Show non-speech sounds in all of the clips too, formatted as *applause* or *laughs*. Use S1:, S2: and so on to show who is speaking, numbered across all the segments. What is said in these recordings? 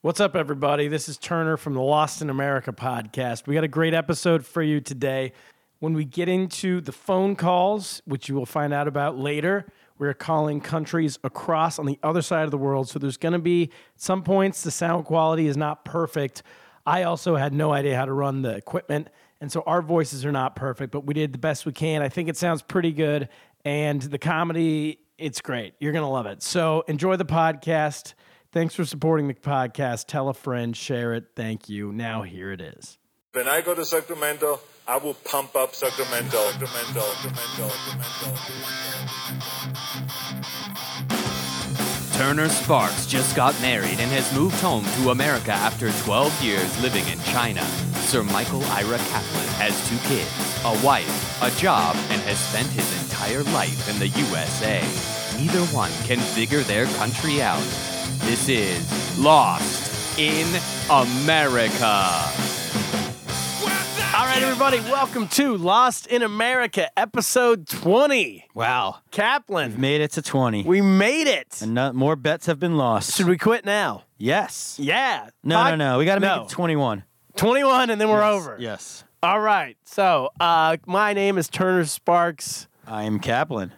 S1: What's up, everybody? This is Turner from the Lost in America podcast. We got a great episode for you today. When we get into the phone calls, which you will find out about later, we're calling countries across on the other side of the world. So there's going to be some points the sound quality is not perfect. I also had no idea how to run the equipment. And so our voices are not perfect, but we did the best we can. I think it sounds pretty good. And the comedy, it's great. You're going to love it. So enjoy the podcast. Thanks for supporting the podcast. Tell a friend, share it. Thank you. Now here it is.
S2: When I go to Sacramento, I will pump up Sacramento. Sacramento, Sacramento, Sacramento.
S3: Turner Sparks just got married and has moved home to America after 12 years living in China. Sir Michael Ira Kaplan has two kids, a wife, a job, and has spent his entire life in the USA. Neither one can figure their country out. This is Lost in America.
S1: All right, everybody, welcome to Lost in America, episode 20.
S4: Wow.
S1: Kaplan,
S4: Made it to 20.
S1: we made it.
S4: and no, more bets have been lost.
S1: Should we quit now?
S4: yes.
S1: Yeah.
S4: No,
S1: Pod-
S4: no, no. We got to make
S1: No.
S4: it 21.
S1: 21 and then we're over.
S4: Yes.
S1: All right. So, uh, my name is Turner Sparks.
S4: I am Kaplan.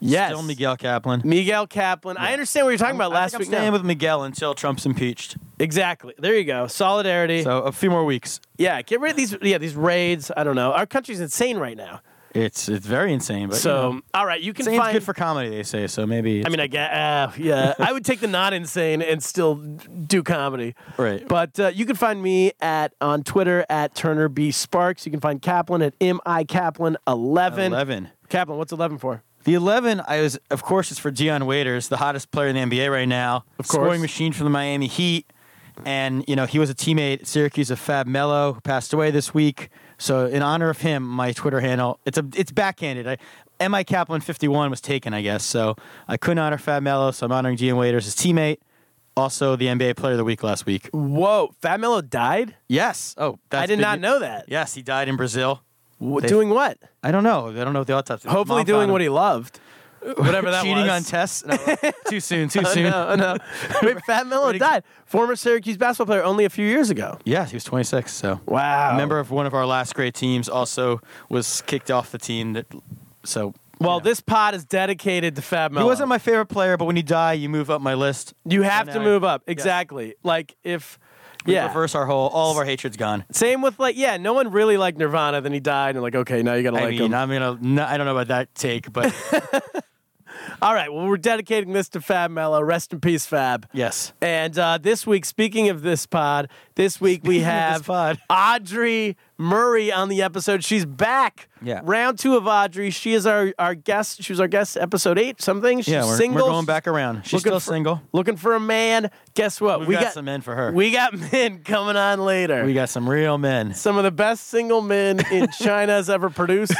S1: Yes.
S4: Still Miguel Kaplan.
S1: Miguel Kaplan. I understand what you're talking about
S4: I
S1: last
S4: think I'm
S1: week. now.
S4: staying with Miguel until Trump's impeached.
S1: exactly. There you go. Solidarity.
S4: So a few more weeks.
S1: yeah. Get rid of these. Yeah. These raids. I don't know. Our country's insane right now.
S4: It's it's very insane, but
S1: So,
S4: you know,
S1: all right. You can
S4: insane's
S1: find.
S4: good for comedy, they say. So maybe.
S1: I mean, I guess, uh, yeah, I would take the not insane and *laughs* still do comedy.
S4: Right.
S1: But uh, you can find me at on Twitter at Turner B Sparks. You can find Kaplan at M I Kaplan eleven.
S4: 11.
S1: Kaplan, what's eleven for?
S4: The 11, I was, of course, it's for Dion Waiters, the hottest player in the NBA right now. Of
S1: course.
S4: Scoring machine for the Miami Heat. And, you know, he was a teammate at Syracuse of Fab Mello, who passed away this week. So, in honor of him, my Twitter handle, it's a, it's backhanded. I, MI Kaplan 51 was taken, I guess. So, I couldn't honor Fab Mello, so I'm honoring Dion Waiters, his teammate, also the NBA Player of the Week last week.
S1: Whoa, Fat Mello died.
S4: Yes. Oh, that's
S1: I did
S4: big
S1: not
S4: ne-
S1: know that.
S4: Yes, he died in Brazil.
S1: W-
S4: They-
S1: doing what?
S4: I don't know. I don't know what the autopsy
S1: Hopefully, doing what
S4: *laughs*
S1: he loved. *laughs* Whatever that
S4: Cheating
S1: was.
S4: on tests.
S1: *laughs*
S4: No, too soon, too
S1: Oh,
S4: soon.
S1: no,
S4: *laughs*
S1: oh, no. Wait, Fat Mello
S4: Pretty-
S1: died. Former Syracuse basketball player only a few years ago.
S4: Yeah, he was 26. So
S1: Wow.
S4: a member of one of our last great teams also was kicked off the team. That so
S1: Well,
S4: you know.
S1: this pod is dedicated to Fab Mello.
S4: he wasn't my favorite player, but when you die, you move up my list.
S1: You have
S4: And
S1: to
S4: I-
S1: move up.
S4: yes.
S1: Exactly. Like if
S4: We
S1: yeah.
S4: reverse our whole. All of our hatred's gone.
S1: Same with like yeah, no one really liked Nirvana then he died and like okay, now you got to
S4: I
S1: like
S4: mean,
S1: him.
S4: I'm gonna. No, I don't know about that take,
S1: *laughs*
S4: but
S1: All right, well we're dedicating this to Fab Mello. Rest in peace Fab.
S4: yes,
S1: And uh, this week speaking of this pod, this week we
S4: of this
S1: have
S4: pod.
S1: Audrey Murray on the episode. She's back.
S4: Yeah.
S1: Round 2 of Audrey. She is our our guest. She was our guest episode 8 something. She's
S4: yeah, we're,
S1: single.
S4: we're going back around. She's
S1: Looking
S4: still
S1: for-
S4: single.
S1: Looking for a man. Guess what?
S4: We've got some men for her.
S1: We got *laughs* men coming on later.
S4: We got some real men.
S1: some of the best single men
S4: *laughs*
S1: in China's ever produced.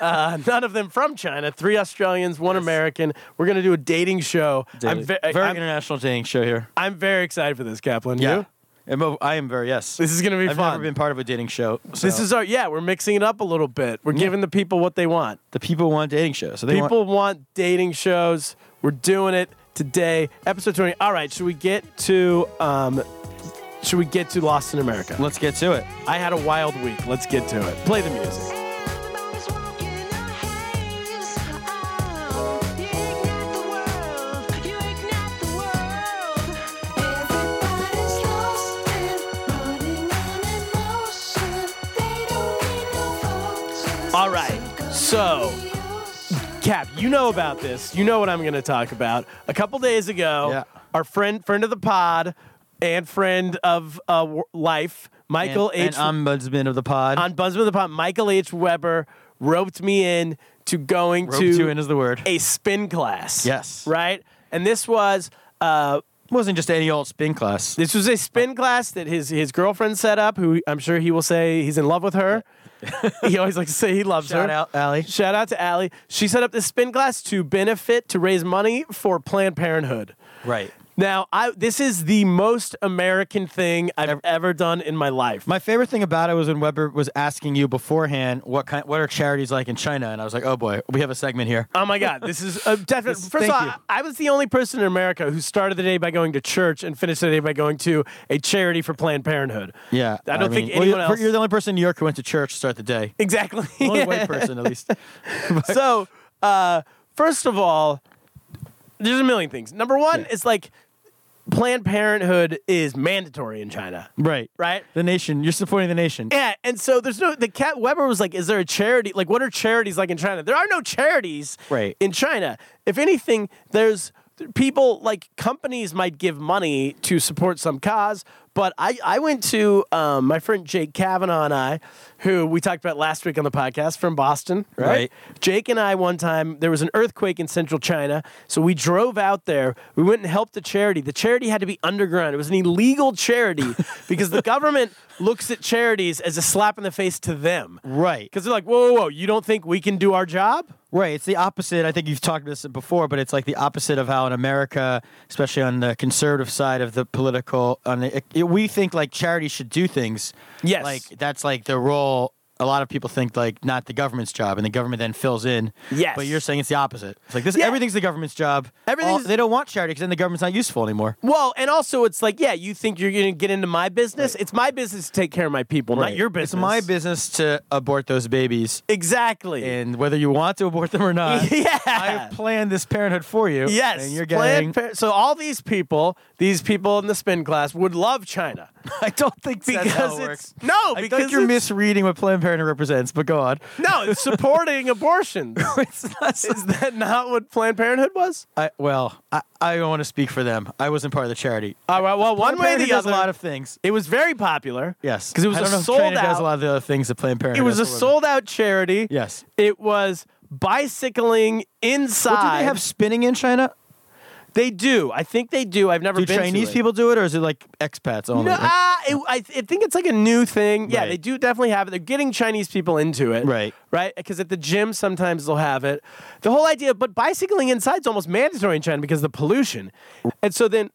S1: Uh, none of them from China. Three Australians, one American. We're gonna do a dating show. I'm, ve-
S4: very
S1: I'm,
S4: international dating show here.
S1: I'm very excited for this, Kaplan. You?
S4: Am- I am very yes.
S1: This is gonna be
S4: I've
S1: fun.
S4: never been part of a dating show. so-
S1: this is our yeah. We're mixing it up a little bit. We're giving the people what they want.
S4: the people want dating shows. So they want-
S1: People want dating shows. We're doing it today. Episode twenty. All right. Should we get to um? Should we get to Lost in America?
S4: let's get to it.
S1: I had a wild week. Let's get to it. Play the music.
S5: Everybody's walking a haze. Oh, you ignite the world. You ignite the world. Everybody's lost and running on emotion. They don't need no focus.
S1: All right, so- Cap, you know about this. You know what I'm going to talk about. A couple days ago,
S4: Yeah.
S1: our friend, friend of the pod, and friend of uh, w- life, Michael
S4: and,
S1: H.
S4: and ombudsman of the pod.
S1: on Buzzman of the Pod, Michael H. Weber roped me in to going
S4: Rope
S1: to
S4: two in is the word. It
S1: a spin class.
S4: Yes.
S1: right. And this was uh,
S4: wasn't just any old spin class.
S1: this was a spin class that his his girlfriend set up. Who I'm sure he will say he's in love with her. *laughs* he always likes to say he loves her.
S4: Shout out, Allie.
S1: Shout out to Allie. She set up this spin class to benefit, to raise money for Planned Parenthood.
S4: Right.
S1: Now, I this is the most American thing I've ever done in my life.
S4: My favorite thing about it was when Weber was asking you beforehand what kind, what are charities like in China, and I was like, oh boy, we have a segment here.
S1: Oh my God! This
S4: *laughs*
S1: is a definite.
S4: This-
S1: first of
S4: thank
S1: all,
S4: you.
S1: I I was the only person in America who started the day by going to church and finished the day by going to a charity for Planned Parenthood. *laughs*
S4: Yeah,
S1: I don't think
S4: mean, well,
S1: anyone
S4: you're-
S1: else.
S4: You're the only person in New York who went to church to start the day.
S1: exactly
S4: Only
S1: *laughs*
S4: white person, at least.
S1: so uh, first of all there's a million things number one is like planned parenthood is mandatory in china
S4: Right,
S1: right
S4: The nation. You're supporting the nation.
S1: yeah and so there's no the cat weber was like is there a charity like what are charities like in china there are no charities
S4: Right.
S1: in china if anything there's people like companies might give money to support some cause but i, I went to um, my friend jake kavanaugh and i who we talked about last week on the podcast from boston right?
S4: Right.
S1: Jake and I one time there was an earthquake in central China, so we drove out there. We went and helped the charity. The charity had to be underground. It was an
S4: *laughs*
S1: illegal charity because the government looks at charities as a slap in the face to them.
S4: Right.
S1: Because they're like, whoa, whoa, whoa, you don't think we can do our job?
S4: Right. It's the opposite. I think you've talked about this before, but it's like the opposite of how in America, especially on the conservative side of the political, on the, it, we think like charity should do things.
S1: Yes.
S4: Like that's like the role. A lot of people think like not the government's job, and the government then fills in.
S1: Yes.
S4: But you're saying it's the opposite. It's like this.
S1: Yeah.
S4: Everything's the government's job.
S1: Everything's-
S4: they don't want charity because then the government's not useful anymore.
S1: Well, and also it's like, yeah, you think you're going to get into my business? It's my business to take care of my people, not your business.
S4: It's my business to abort those babies,
S1: Exactly.
S4: and whether you want to abort them or not.
S1: *laughs* yeah.
S4: I planned this parenthood for you.
S1: Yes,
S4: And you're
S1: Planned
S4: getting.
S1: Par- so all these people, these people in the spin class, would love China
S4: *laughs* I don't think that's
S1: because
S4: how it works.
S1: it's no,
S4: I
S1: because
S4: think you're
S1: it's-
S4: misreading what Planned Parenthood represents, but go on.
S1: no, it's
S4: *laughs*
S1: supporting abortions.
S4: it's not.
S1: Is that not what Planned Parenthood was?
S4: I, well, I, I don't want to speak for them. I wasn't part of the charity.
S1: All right, Uh, well, one
S4: Planned
S1: way or
S4: Parenthood
S1: the
S4: does
S1: other,
S4: a lot of things.
S1: it was very popular.
S4: Yes,
S1: because it was
S4: I
S1: a
S4: don't know if
S1: sold
S4: China does
S1: out.
S4: a lot of the other things that Planned
S1: it
S4: Parenthood.
S1: was a
S4: does for women.
S1: sold out charity.
S4: Yes.
S1: it was bicycling inside.
S4: Well, do they have spinning in China?
S1: They do. I think they do. I've never
S4: Do
S1: been to
S4: Chinese
S1: it.
S4: people do it, or is it like expats only?
S1: No, uh,
S4: Like-
S1: it, I, I think it's like a new thing. Yeah,
S4: Right.
S1: they do definitely have it. They're getting Chinese people into it.
S4: Right.
S1: Right? Because at the gym, sometimes they'll have it. The whole idea, but bicycling inside is almost mandatory in China because of the pollution. And so then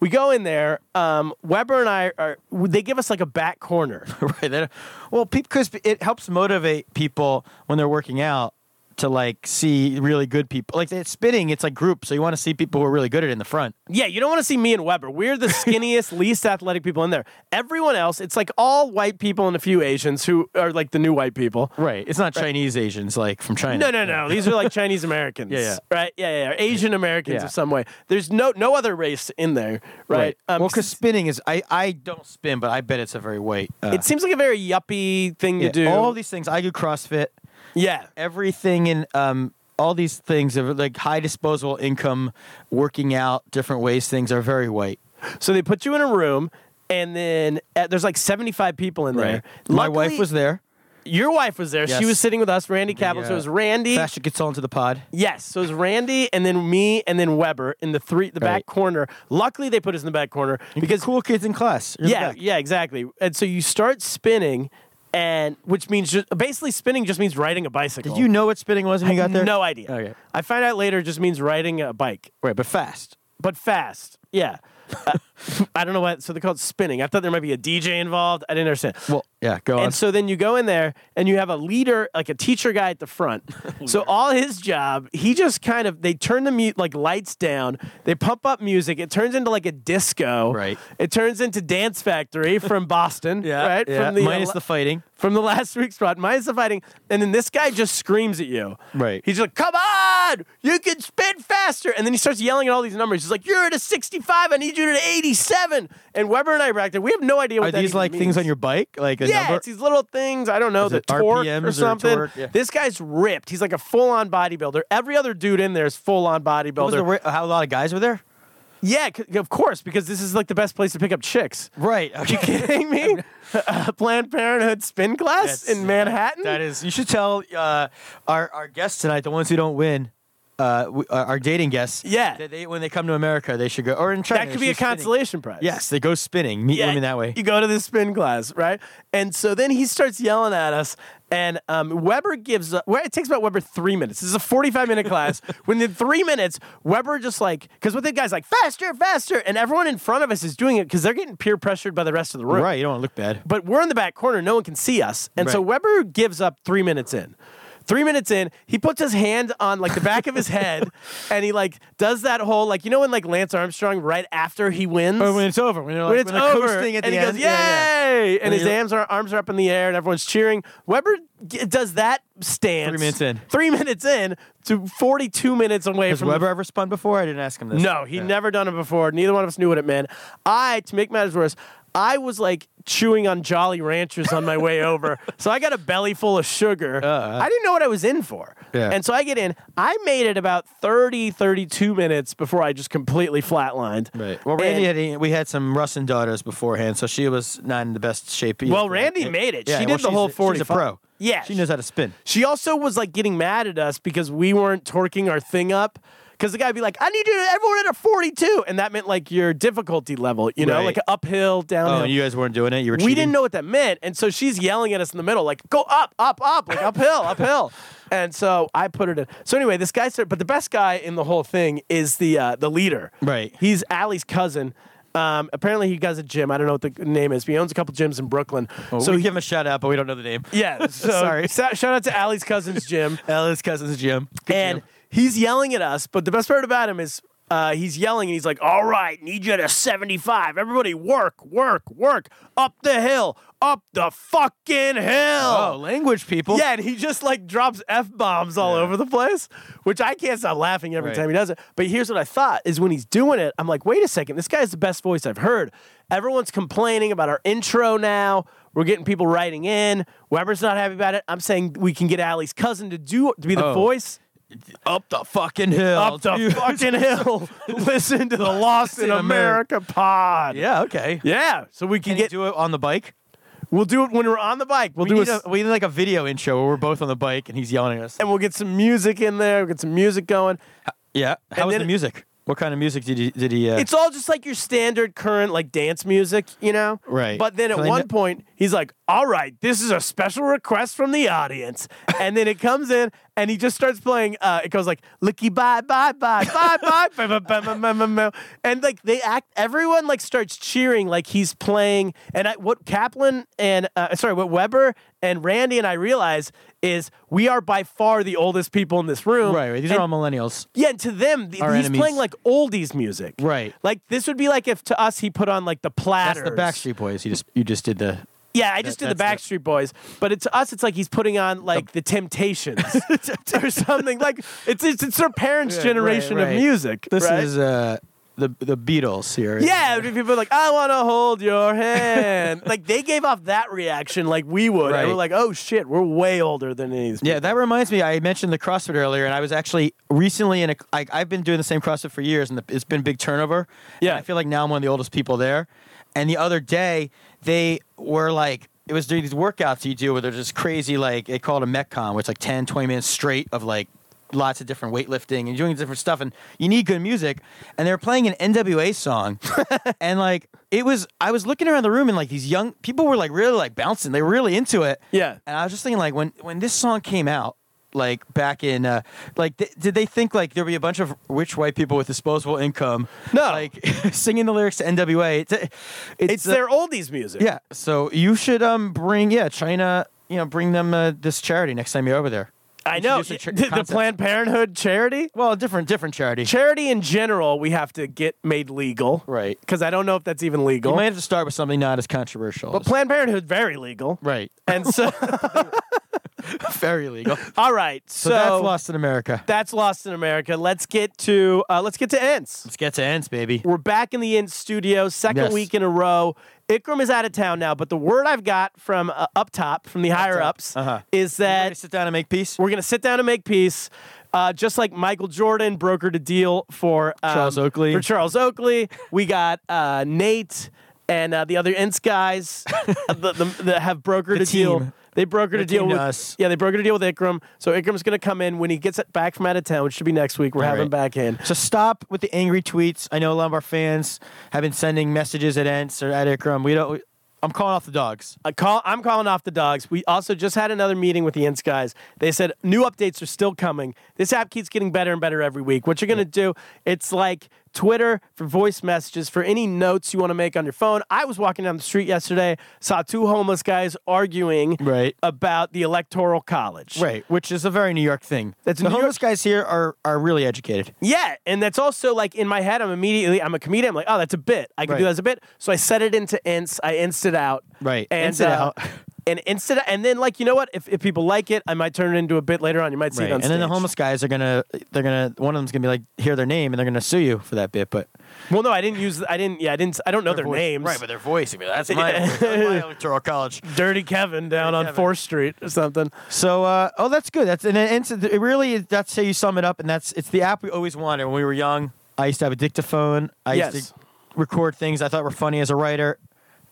S1: we go in there. Um, Weber and I are, they give us like a back corner.
S4: *laughs* right. They don't- well, because it helps motivate people when they're working out to like see really good people. Like it's spinning, it's like group, so you want to see people who are really good at it in the front.
S1: Yeah, you don't want to see me and Weber. We're
S4: *laughs*
S1: the skinniest, least athletic people in there. Everyone else, it's like all white people and a few Asians who are like the new white people.
S4: Right. It's not Chinese Asians like from China.
S1: No, no, no. These
S4: *laughs*
S1: are like Chinese Americans.
S4: Yeah, yeah.
S1: Right? Yeah, yeah. yeah. Asian Americans
S4: Yeah.
S1: of some way. There's no no other race in there, right? Um,
S4: well, because spinning is I, I don't spin, but I bet it's a very weight. Uh,
S1: it seems like a very yuppie thing
S4: yeah,
S1: to do.
S4: all these things. I do CrossFit.
S1: yeah.
S4: Everything in um all these things of like high disposable income, working out, different ways. Things are very white.
S1: So they put you in a room, and then uh, there's like 75 people in there.
S4: My
S1: Luckily-
S4: wife was there.
S1: Your wife was there. She
S4: Yes.
S1: was sitting with us, Randy Cabell. so it was
S4: uh,
S1: Randy.
S4: Fashion gets on to the pod.
S1: Yes. So it was Randy, and then me, and then Weber in the three the back
S4: Right.
S1: corner. Luckily, they put us in the back corner because
S4: cool kids in class. You're the
S1: yeah,
S4: back.
S1: yeah, exactly. And so you start spinning, and which means just, basically spinning just means riding a bicycle.
S4: Did you know what spinning was when you got there?
S1: No idea.
S4: Okay.
S1: I found out later it just means riding a bike,
S4: Right, but fast.
S1: but fast. Yeah. Uh, *laughs* I don't know what. So they call it spinning. I thought there might be a DJ involved. I didn't understand.
S4: Well, yeah. Go on.
S1: And so then you go in there and you have a leader, like a teacher guy at
S4: *laughs*
S1: the front.
S4: Oh,
S1: so all his job, he just kind of they turn the mu- like lights down, they pump up music. It turns into like a disco.
S4: Right.
S1: It turns into Dance Factory from Boston. Right.
S4: *laughs* Yeah.
S1: From the
S4: minus
S1: ele-
S4: the fighting.
S1: from the last week's spot, minus the fighting, and then this guy just screams at you.
S4: Right.
S1: He's like, "Come on, you can spin faster!" And then he starts yelling at all these numbers. He's like, "You're at a 65. I need you to an 87." And Weber and I racked it. We have no idea what
S4: Are
S1: that
S4: these
S1: even
S4: like
S1: means.
S4: things on your bike? Like a
S1: Yeah,
S4: number?
S1: it's these little things. I don't know
S4: Is
S1: the
S4: it
S1: torque
S4: RPMs
S1: or
S4: or
S1: something.
S4: torque? Yeah.
S1: This guy's ripped. He's like a full-on bodybuilder. Every other dude in there is full-on bodybuilder.
S4: What was the ra- how a lot of guys were there?
S1: yeah, c- of course, because this is like the best place to pick up chicks.
S4: Right.
S1: You
S4: *laughs*
S1: kidding me? *laughs* A Planned Parenthood spin class
S4: That's-
S1: in Manhattan.
S4: That is. You should tell uh, our our guests tonight, the ones who don't win, uh, w- uh, our dating guests.
S1: Yeah.
S4: that they, when they come to America, they should go or in China.
S1: That
S4: they
S1: could be a
S4: should spinning.
S1: consolation prize.
S4: Yes, they go spinning. Meet women that way.
S1: You go to the spin class, right? And so then he starts yelling at us, and um, Weber gives up. Well, it takes about Weber three minutes. This is a 45
S4: *laughs*
S1: minute class. Within three minutes, Weber just like, because what the guy's like, faster, faster. And everyone in front of us is doing it because they're getting peer pressured by the rest of the room.
S4: Right, you don't want to look bad.
S1: But we're in the back corner. No one can see us. And so Weber gives up three minutes in. Three minutes in, he puts his hand on like the back of
S4: *laughs*
S1: his head and he like does that whole like you know when like Lance Armstrong right after he wins?
S4: Or Oh, when it's over, when, you're like,
S1: when it's
S4: when they're
S1: over,
S4: coasting at
S1: and
S4: the
S1: he
S4: end.
S1: goes, "Yay!"
S4: Yeah, yeah.
S1: And his
S4: you're-
S1: arms are arms are up in the air, and everyone's cheering. Weber g- does that stance
S4: Three minutes in.
S1: three minutes in to forty-two minutes away
S4: Has
S1: from
S4: Weber ever spun before? I didn't ask him this.
S1: no, he
S4: Yeah.
S1: never done it before. Neither one of us knew what it meant. I, to make matters worse, I was like chewing on Jolly Ranchers on my way
S4: *laughs*
S1: over. So I got a belly full of sugar. I didn't know what I was in for.
S4: Uh, Yeah.
S1: And so I get in. I made it about 30, 32 minutes before I just completely flatlined.
S4: Right. Well, Randy
S1: And-
S4: had we had some Russian daughters beforehand, so she was not in the best shape. either.
S1: Well, Randy
S4: Yeah.
S1: made it.
S4: Yeah,
S1: she
S4: well,
S1: did the
S4: she's
S1: whole
S4: a-
S1: 40.
S4: She's a pro.
S1: Yeah.
S4: she knows how to spin.
S1: She also was like getting mad at us because we weren't torquing our thing up. Because the guy would be like, I need you to everyone at a 42. And that meant like your difficulty level, you know,
S4: Right.
S1: like uphill, downhill.
S4: Oh, and you guys weren't doing it. You were.
S1: we
S4: cheating?
S1: didn't know what that meant. And so she's yelling at us in the middle, like, go up, up, up, like uphill,
S4: *laughs*
S1: uphill. And so I put it in. So anyway, this guy started, but the best guy in the whole thing is the uh, the leader.
S4: Right.
S1: He's Allie's cousin. Um, apparently he has a gym. I don't know what the name is, but he owns a couple gyms in Brooklyn.
S4: Well,
S1: so
S4: we
S1: he-
S4: give him a shout out, but we don't know the name. *laughs*
S1: yeah, so
S4: Sorry.
S1: sa- shout out to Allie's cousin's
S4: *laughs*
S1: gym.
S4: Ellis Cousins Jim. Good
S1: and
S4: Jim.
S1: he's yelling at us, but the best part about him is uh, he's yelling and he's like, All right, need you at a 75. Everybody work, work, work. Up the hill, up the fucking hill.
S4: oh, language people.
S1: Yeah, and he just like drops f bombs all over the place, which I can't stop laughing every
S4: Right.
S1: time he does it. But here's what I thought: is when he's doing it, I'm like, wait a second, this guy's the best voice I've heard. Everyone's complaining about our intro now. We're getting people writing in. Weber's not happy about it. I'm saying we can get Allie's cousin to do to be the
S4: Oh.
S1: voice
S4: up the fucking hill.
S1: up the
S4: dude. *laughs*
S1: fucking hill. Listen to the Lost in
S4: in America.
S1: America pod.
S4: Yeah. Okay.
S1: Yeah, so we can,
S4: Can you
S1: get.
S4: do it on the bike?
S1: we'll do it when we're on the bike. We'll
S4: We
S1: do
S4: need,
S1: it.
S4: a, we need like a video intro where we're both on the bike and he's yelling at us.
S1: and we'll get some music in there. We'll get some music going.
S4: Yeah. How was
S1: then-
S4: the music? What kind of music did he did he? Uh,
S1: it's all just like your standard current like dance music, you know?
S4: Right.
S1: But then at
S4: So they
S1: one
S4: kn-
S1: point he's like, "All right, this is a special request from
S4: *laughs*
S1: the audience." and then it comes in and he just starts playing uh it goes like, "Licky bye bye bye bye bye." bye, bye, bye, bye, bye, bye, bye." And like they act everyone like starts cheering like he's playing and I, what Kaplan and uh, sorry, what Weber and Randy and I realize is we are by far the oldest people in this room.
S4: right. right. These
S1: And-
S4: are all millennials.
S1: yeah, and to them, th-
S4: Our
S1: he's
S4: enemies.
S1: playing like oldies music.
S4: Right.
S1: Like this would be like if to us he put on like the
S4: That's
S1: platters.
S4: the Backstreet Boys. You just you just did the
S1: Yeah, I just
S4: That-
S1: did the
S4: that's
S1: Backstreet Boys, but it, to us it's like he's putting on like
S4: *laughs*
S1: the Temptations or something. Like it's it's, it's their parents'
S4: Yeah, right,
S1: generation
S4: right.
S1: of music.
S4: This
S1: right?
S4: is uh, the the Beatles here.
S1: Yeah, it would be people like I want to hold
S4: *laughs*
S1: your hand. like they gave off that reaction like we would. And
S4: Right.
S1: we're like, oh shit, we're way older than these.
S4: Yeah, that reminds me. I mentioned the CrossFit earlier, and I was actually recently in a. I, I've been doing the same CrossFit for years, and the, it's been big turnover.
S1: Yeah.
S4: And I feel like now I'm one of the oldest people there. And the other day, they were like, it was during these workouts you do where they're just crazy, like, they call it a Metcon, where it's like 10, 20 minutes straight of like lots of different weightlifting and doing different stuff. And you need good music. And they were playing an NWA
S1: *laughs*
S4: song. and like, it was, I was looking around the room, and like these young people were like really like bouncing. They were really into it.
S1: Yeah.
S4: And I was just thinking, like, when when this song came out, like back in, uh, like, th- did they think like there'd be a bunch of rich white people with disposable income,
S1: No.
S4: like *laughs* singing the lyrics to NWA? It's it's,
S1: it's
S4: uh,
S1: their oldies music.
S4: yeah. So you should um bring yeah China you know bring them uh, this charity next time you're over there.
S1: I know.
S4: Introduce the cha-
S1: *laughs* the
S4: concept.
S1: Planned Parenthood charity.
S4: Well, a different different charity.
S1: charity in general we have to get made legal
S4: Right.
S1: because i don't know if that's even legal
S4: you might have to start with something not as controversial.
S1: but planned parenthood very legal
S4: right,
S1: and
S4: *laughs*
S1: so *laughs*
S4: very legal. So,
S1: all right so,
S4: that's lost in America.
S1: that's Lost in america let's get to uh, let's get to ends
S4: Let's get to ends, baby.
S1: we're back in the end studio second
S4: Yes.
S1: week in a row ikram is out of town now but the word i've got from uh, up top from the higher
S4: top.
S1: ups
S4: Uh-huh.
S1: is
S4: Ready to
S1: that
S4: sit down and make peace.
S1: we're gonna sit down and make peace uh, just like Michael Jordan brokered a deal for um,
S4: Charles Oakley.
S1: For Charles Oakley, we got uh,
S4: *laughs*
S1: Nate and uh, the other Ints guys uh, the, the, that have brokered
S4: The
S1: a deal.
S4: team.
S1: They brokered
S4: They
S1: a deal
S4: came to
S1: with
S4: us.
S1: Yeah, they brokered a deal with Ikram. So Ikram's going to come in when he gets back from out of town, which should be next week. We're
S4: All
S1: having
S4: right.
S1: back in.
S4: So stop with the angry tweets. I know a lot of our fans have been sending messages at Ents or at Ikram. We don't. I'm calling off the dogs.
S1: I call, I'm calling off the dogs. We also just had another meeting with the Ints guys. They said new updates are still coming. This app keeps getting better and better every week. What you're going to do, it's like Twitter for voice messages, for any notes you want to make on your phone. I was walking down the street yesterday, saw two homeless guys arguing
S4: Right.
S1: about the Electoral College.
S4: Right, which is a very New York thing.
S1: That's
S4: the
S1: New York-
S4: homeless guys here are are really educated.
S1: Yeah, and that's also like in my head. I'm immediately I'm a comedian. I'm like, oh, that's a bit. I can
S4: Right.
S1: do that as a bit. So I set it into ints. I inst it out.
S4: Right.
S1: And
S4: Inst it
S1: uh,
S4: out.
S1: *laughs* And inst it, and then like you know what? If, if people like it, I might turn it into a bit later on. You might see
S4: Right.
S1: it on
S4: And then the
S1: stage.
S4: homeless guys are gonna they're gonna one of them's gonna be like hear their name and they're gonna sue you for that bit. But
S1: Well, no, I didn't use. I didn't. Yeah, I didn't. I don't know their,
S4: voice-
S1: names.
S4: right? But their voice, I mean,
S1: *laughs*
S4: that's my,
S1: Yeah.
S4: that's my electoral college.
S1: Dirty Kevin down on
S4: Kevin.
S1: Fourth Street or something.
S4: So, uh, oh, that's good. That's and, and so it really is- that's how you sum it up, and that's it's the app we always wanted when we were young. I used to have a dictaphone. I
S1: Yes.
S4: used to record things I thought were funny as a writer.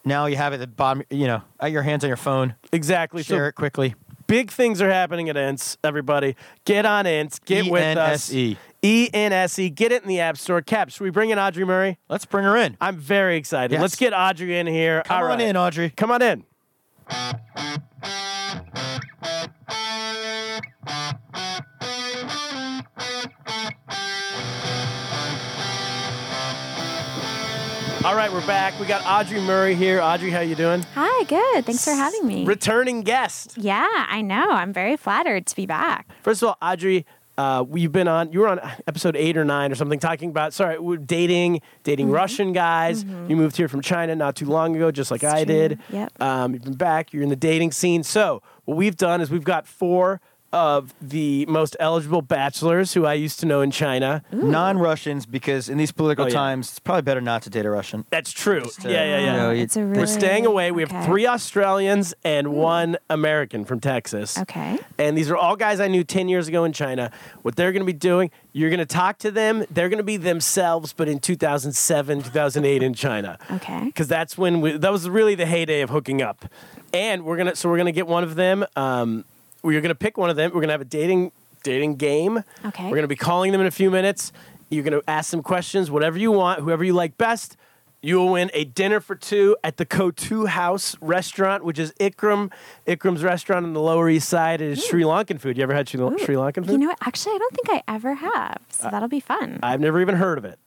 S4: Now you have it at the bottom, you know, at your hands on your phone.
S1: Exactly. So
S4: Share it quickly.
S1: big things are happening at Ints, everybody. Get on Ints. Get with us. E
S4: ENSE.
S1: E-N-S-E. Get it in the App Store. Cap, should we bring in Audrey Murray?
S4: Let's bring her in.
S1: I'm very excited.
S4: Yes.
S1: Let's get Audrey in here.
S4: Come
S1: All
S4: on
S1: right.
S4: in, Audrey.
S1: Come on in. All right, we're back. We got Audrey Murray here. Audrey, how you doing?
S6: Hi, good. Thanks for having me.
S1: Returning guest.
S6: yeah, I know. I'm very flattered to be back.
S1: First of all, Audrey, uh, we've been on. You were on episode eight or nine or something, talking about sorry, we're dating, dating
S6: Mm-hmm.
S1: Russian guys. You moved here from China not too long ago, just like
S6: It's
S1: I
S6: Mm-hmm. true.
S1: did.
S6: Yep.
S1: Um, you've been back. You're in the dating scene. So what we've done is we've got four of the most eligible bachelors who I used to know in China.
S4: Non Russians, because in these political
S1: Oh, yeah.
S4: times, it's probably better not to date a Russian.
S1: That's true.
S4: uh,
S1: yeah, yeah, yeah.
S4: you know, you-
S6: It's a
S1: We're
S6: really-
S1: staying away. We have
S6: okay. Hmm.
S1: three Australians and one American from Texas.
S6: Okay.
S1: And these are all guys I knew 10 years ago in China. What they're going to be doing, you're going to talk to them. They're going to be themselves, but in 2007, 2008 in China.
S6: Okay.
S1: Because that's when we, that was really the heyday of hooking up. And we're going to, so we're going to get one of them. Um, we're going to pick one of them. We're going to have a dating, dating game.
S6: Okay.
S1: We're going to be calling them in a few minutes. You're going to ask them questions, whatever you want, whoever you like best. You will win a dinner for two at the Kotu House restaurant, which is Ikram. Ikram's restaurant on the Lower East Side. It is Sri Lankan food. You ever had Sri, Sri Lankan food? Uh,
S6: You know what? Actually, I don't think I ever have. So that'll be fun.
S1: I've never even heard of it.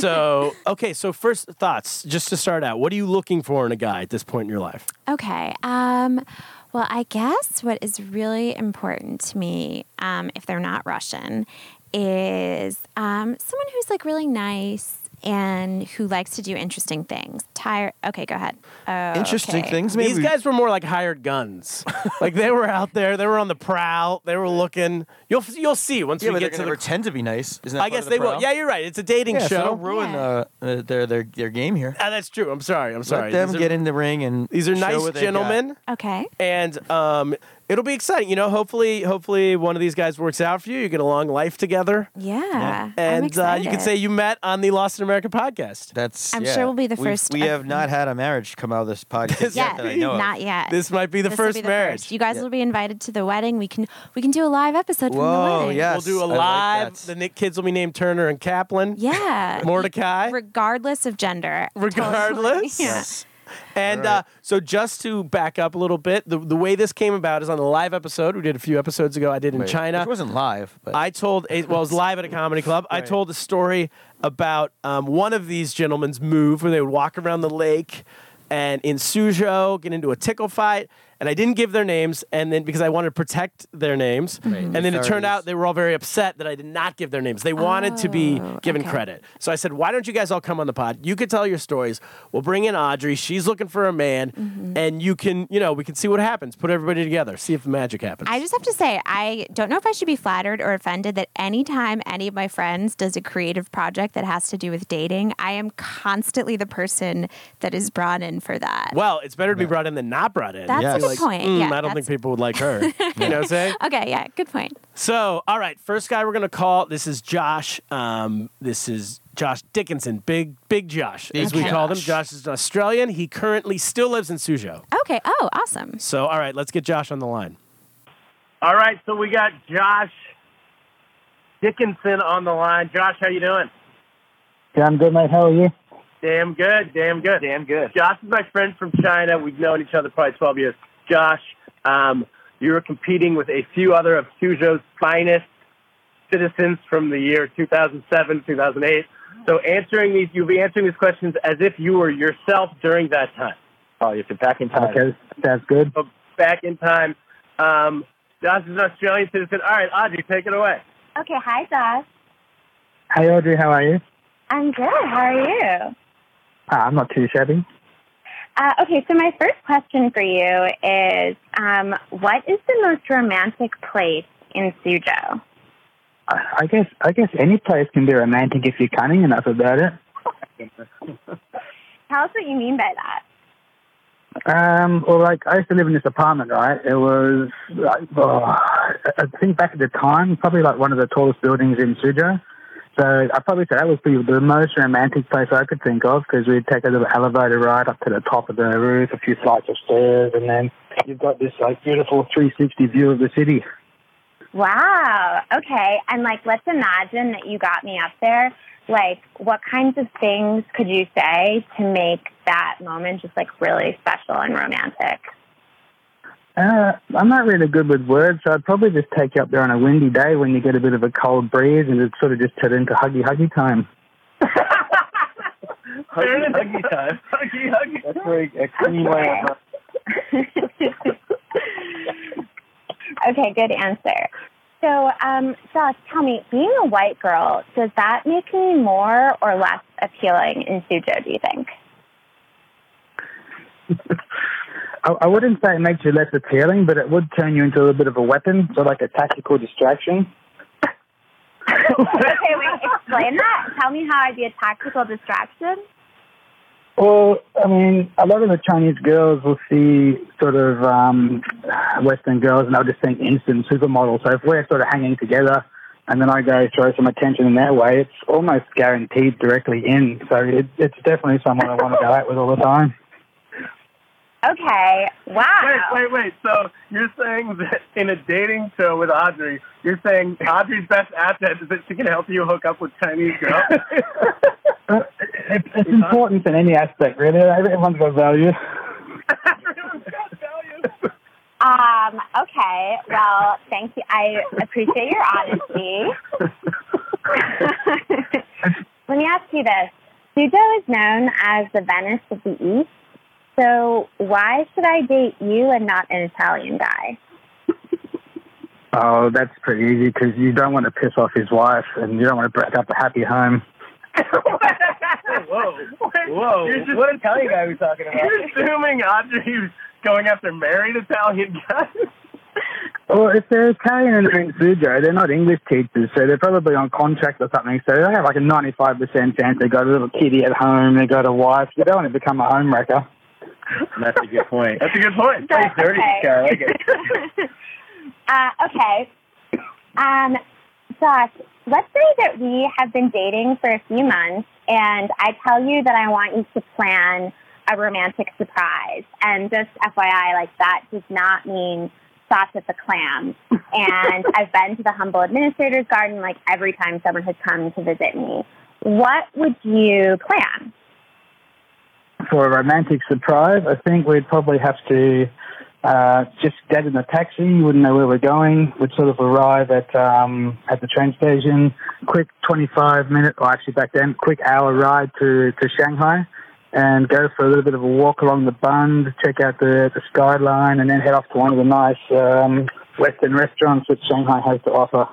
S1: so, okay, so first thoughts, just to start out, what are you looking for in a guy at this point in your life?
S6: Okay. Um, well, I guess what is really important to me, um, if they're not Russian, is um, someone who's like really nice and who likes to do interesting things. Tire. Okay, go ahead. Oh,
S4: Interesting
S6: okay.
S4: things, maybe.
S1: These guys were more like
S4: *laughs*
S1: hired guns. like they were out there, they were on the prowl, they were looking. You'll you'll see once
S4: yeah,
S1: we
S4: but they're
S1: get
S4: going to
S1: to the
S4: pretend to be nice. Isn't that
S1: I
S4: part
S1: guess
S4: of the
S1: they will.
S4: prowl?
S1: Yeah, you're right. It's a dating
S4: Yeah, so
S1: show.
S4: don't ruin
S6: Yeah.
S4: uh, uh, their, their, their game here.
S1: Ah, that's true. I'm sorry. I'm sorry.
S4: Let them
S1: these
S4: get
S1: are,
S4: in the ring and
S1: These are
S4: show
S1: nice
S4: what they've got.
S1: gentlemen.
S6: Okay.
S1: and um, it'll be exciting. You know, hopefully, hopefully one of these guys works out for you. You get a long life together,
S6: Yeah. I'm
S1: and uh, you can
S6: excited.
S1: say you met on the Lost in America podcast.
S4: That's.
S6: I'm
S4: yeah.
S6: sure we'll be the
S4: We've-
S6: first
S4: We
S6: of-
S4: have not had a marriage come out of this podcast
S6: Yeah,
S4: yet that I know of.
S6: not yet.
S1: This might be the
S6: This will
S1: first
S6: be
S1: marriage.
S6: You guys will be invited to the wedding. We can we can do a live episode from the
S4: Whoa,
S6: wedding.
S4: yes.
S1: We'll do a
S4: I like
S1: live.
S4: that.
S1: the Nick kids will be named Turner and Kaplan.
S6: Yeah.
S1: *laughs* Mordecai.
S6: Regardless of gender. *laughs*
S1: Regardless.
S6: Yeah.
S1: And uh, so, just to back up a little bit, the, the way this came about is on the live episode we did a few episodes ago. I did in
S4: Wait,
S1: China.
S4: Which wasn't live, but
S1: I told a well, it was live at a comedy club. I told a story about um, one of these gentlemen's move where they would walk around the lake and in Suzhou get into a tickle fight. And I didn't give their names, and then because I wanted to protect their names, and then it
S4: Authorities.
S1: turned out they were all very upset that I did not give their names. They wanted to be
S6: Oh,
S1: given
S6: okay.
S1: credit, so I said, "Why don't you guys all come on the pod? You could tell your stories. We'll bring in Audrey. She's looking for a man,
S6: Mm-hmm.
S1: and you can, you know, we can see what happens. Put everybody together, see if the magic happens."
S6: I just have to say, I don't know if I should be flattered or offended that anytime any of my friends does a creative project that has to do with dating, I am constantly the person that is brought in for that.
S1: Well, it's better to be brought in than not brought in.
S6: That's
S4: a good
S1: It's like,
S6: point.
S1: "Mm,
S6: Yeah,
S1: I don't think
S6: that's-
S1: people would like
S6: *laughs*
S1: her. you know what I'm saying?
S6: Okay, yeah, good point.
S1: So, all right, first guy we're gonna call. This is Josh. Um, this is Josh Dickinson, big big Josh,
S3: Big
S1: as we call him.
S3: Josh.
S1: Josh is an Australian. He currently still lives in Suzhou.
S6: Okay. Oh, awesome.
S1: So, all right, let's get Josh on the line.
S7: All right, so we got Josh Dickinson on the line. Josh, how you doing?
S8: I'm good, mate. How are you?
S7: Damn good, damn good, damn good. Josh is my friend from China. We've known each other probably 12 years. Josh, um, you were competing with a few other of Suzhou's finest citizens from the year 2007, 2008. So answering these, you'll be answering these questions as if you were yourself during that time. Oh, you have to back in time.
S8: Okay, that's good.
S7: So back in time. Um, Josh is an Australian citizen. All right, Audrey, take it away.
S9: Okay, hi Josh.
S8: Hey, Audrey, how are you?
S9: I'm good. How are you?
S8: Ah, I'm not too shabby.
S9: Uh, okay, so my first question for you is, um, what is the most romantic place in Suzhou?
S8: I, I guess I guess any place can be romantic if you're cunning enough about it.
S9: Tell us what you mean by that.
S8: Um, well, like I used to live in this apartment, right? It was, like, oh, I think back at the time, probably like one of the tallest buildings in Suzhou. So I probably say that was probably the most romantic place I could think of because we'd take a little elevator ride up to the top of the roof, a few flights of stairs, and then you've got this like beautiful 360 view of the city.
S9: Wow. Okay, and like, let's imagine that you got me up there. Like, what kinds of things could you say to make that moment just like really special and romantic?
S8: Uh, I'm not really good with words, so I'd probably just take you up there on a windy day when you get a bit of a cold breeze and it sort of just turn into huggy huggy time.
S7: Huggy, huggy time. *laughs* huggy, huggy.
S8: That's very
S9: okay, good answer. So, um, Josh, tell me, being a white girl, does that make me more or less appealing in Suzhou, do you think? *laughs*
S8: I, I wouldn't say it makes you less appealing, but it would turn you into a little bit of a weapon, so like a tactical distraction.
S9: okay, wait, explain that. Tell me how I'd be a tactical distraction.
S8: Well, I mean, a lot of the Chinese girls will see sort of um, Western girls and they'll just think instant supermodel. So if we're sort of hanging together and then I go throw some attention in that way, it's almost guaranteed directly in. So it, it's definitely someone I want to go out with all the time.
S9: Okay, wow.
S7: Wait, wait, wait. So you're saying that in a dating show with Audrey, you're saying Audrey's best asset is that she can help you hook up with Chinese *laughs* girls?
S8: But Uh, it, it's important in any aspect, really. Everyone's got value.
S9: Um, okay, well, thank you. I appreciate your honesty. Let me ask you this. Suzhou is known as the Venice of the East. So why should I date you and not an Italian guy?
S8: Oh, that's pretty easy because you don't want to piss off his wife and you don't want to break up a happy home.
S7: Whoa. Whoa. You're just, what Italian guy are we talking about? You're assuming Audrey's going after married Italian guys?
S8: Well, if they're Italian and they're in Suzhou, they're not English teachers, so they're probably on contract or something. So they have like a 95% chance they've got a little kitty at home, they've got a wife. You don't want to become a home wrecker.
S7: That's a good point. That's a good point.
S9: But- okay. *laughs* uh, okay. Um, Josh, let's say that we have been dating for a few months, and I tell you that I want you to plan a romantic surprise. And just FYI, like that does not mean shots at the clam. And I've been to the humble administrator's garden like every time someone has come to visit me. What would you plan?
S8: For a romantic surprise, I think we'd probably have to uh, just get in a taxi. You wouldn't know where we're going. We'd sort of arrive at um, at the train station. Quick 25 minute, or actually back then, quick hour ride to, to Shanghai. and go for a little bit of a walk along the Bund, check out the, the skyline, and then head off to one of the nice um, Western restaurants which Shanghai has to offer.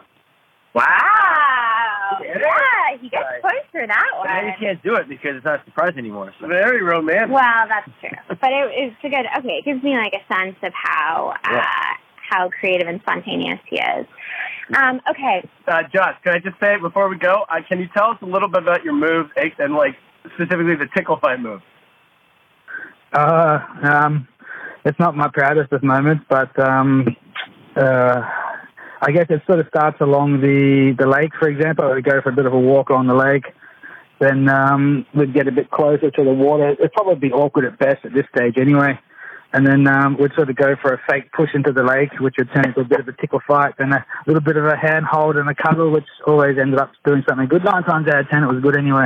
S9: Wow. Yeah, he gets points for that one.
S7: can't do it because it's not a surprise anymore. Very romantic.
S9: Well, that's true. But it, it's a good. Okay, it gives me like a sense of how uh, how creative and spontaneous he is. Um, okay,
S7: Uh, Josh, can I just say before we go, uh, can you tell us a little bit about your moves eh, and like specifically the tickle fight move?
S8: Uh, um, it's not my proudest of moments, but um, uh, I guess it sort of starts along the, the lake, for example. We go for a bit of a walk along the lake. then um, we'd get a bit closer to the water. It'd probably be awkward at best at this stage anyway. And then um, we'd sort of go for a fake push into the lake, which would turn into a bit of a tickle fight, then a little bit of a handhold and a cuddle, which always ended up doing something good. Nine times out of ten, it was good anyway.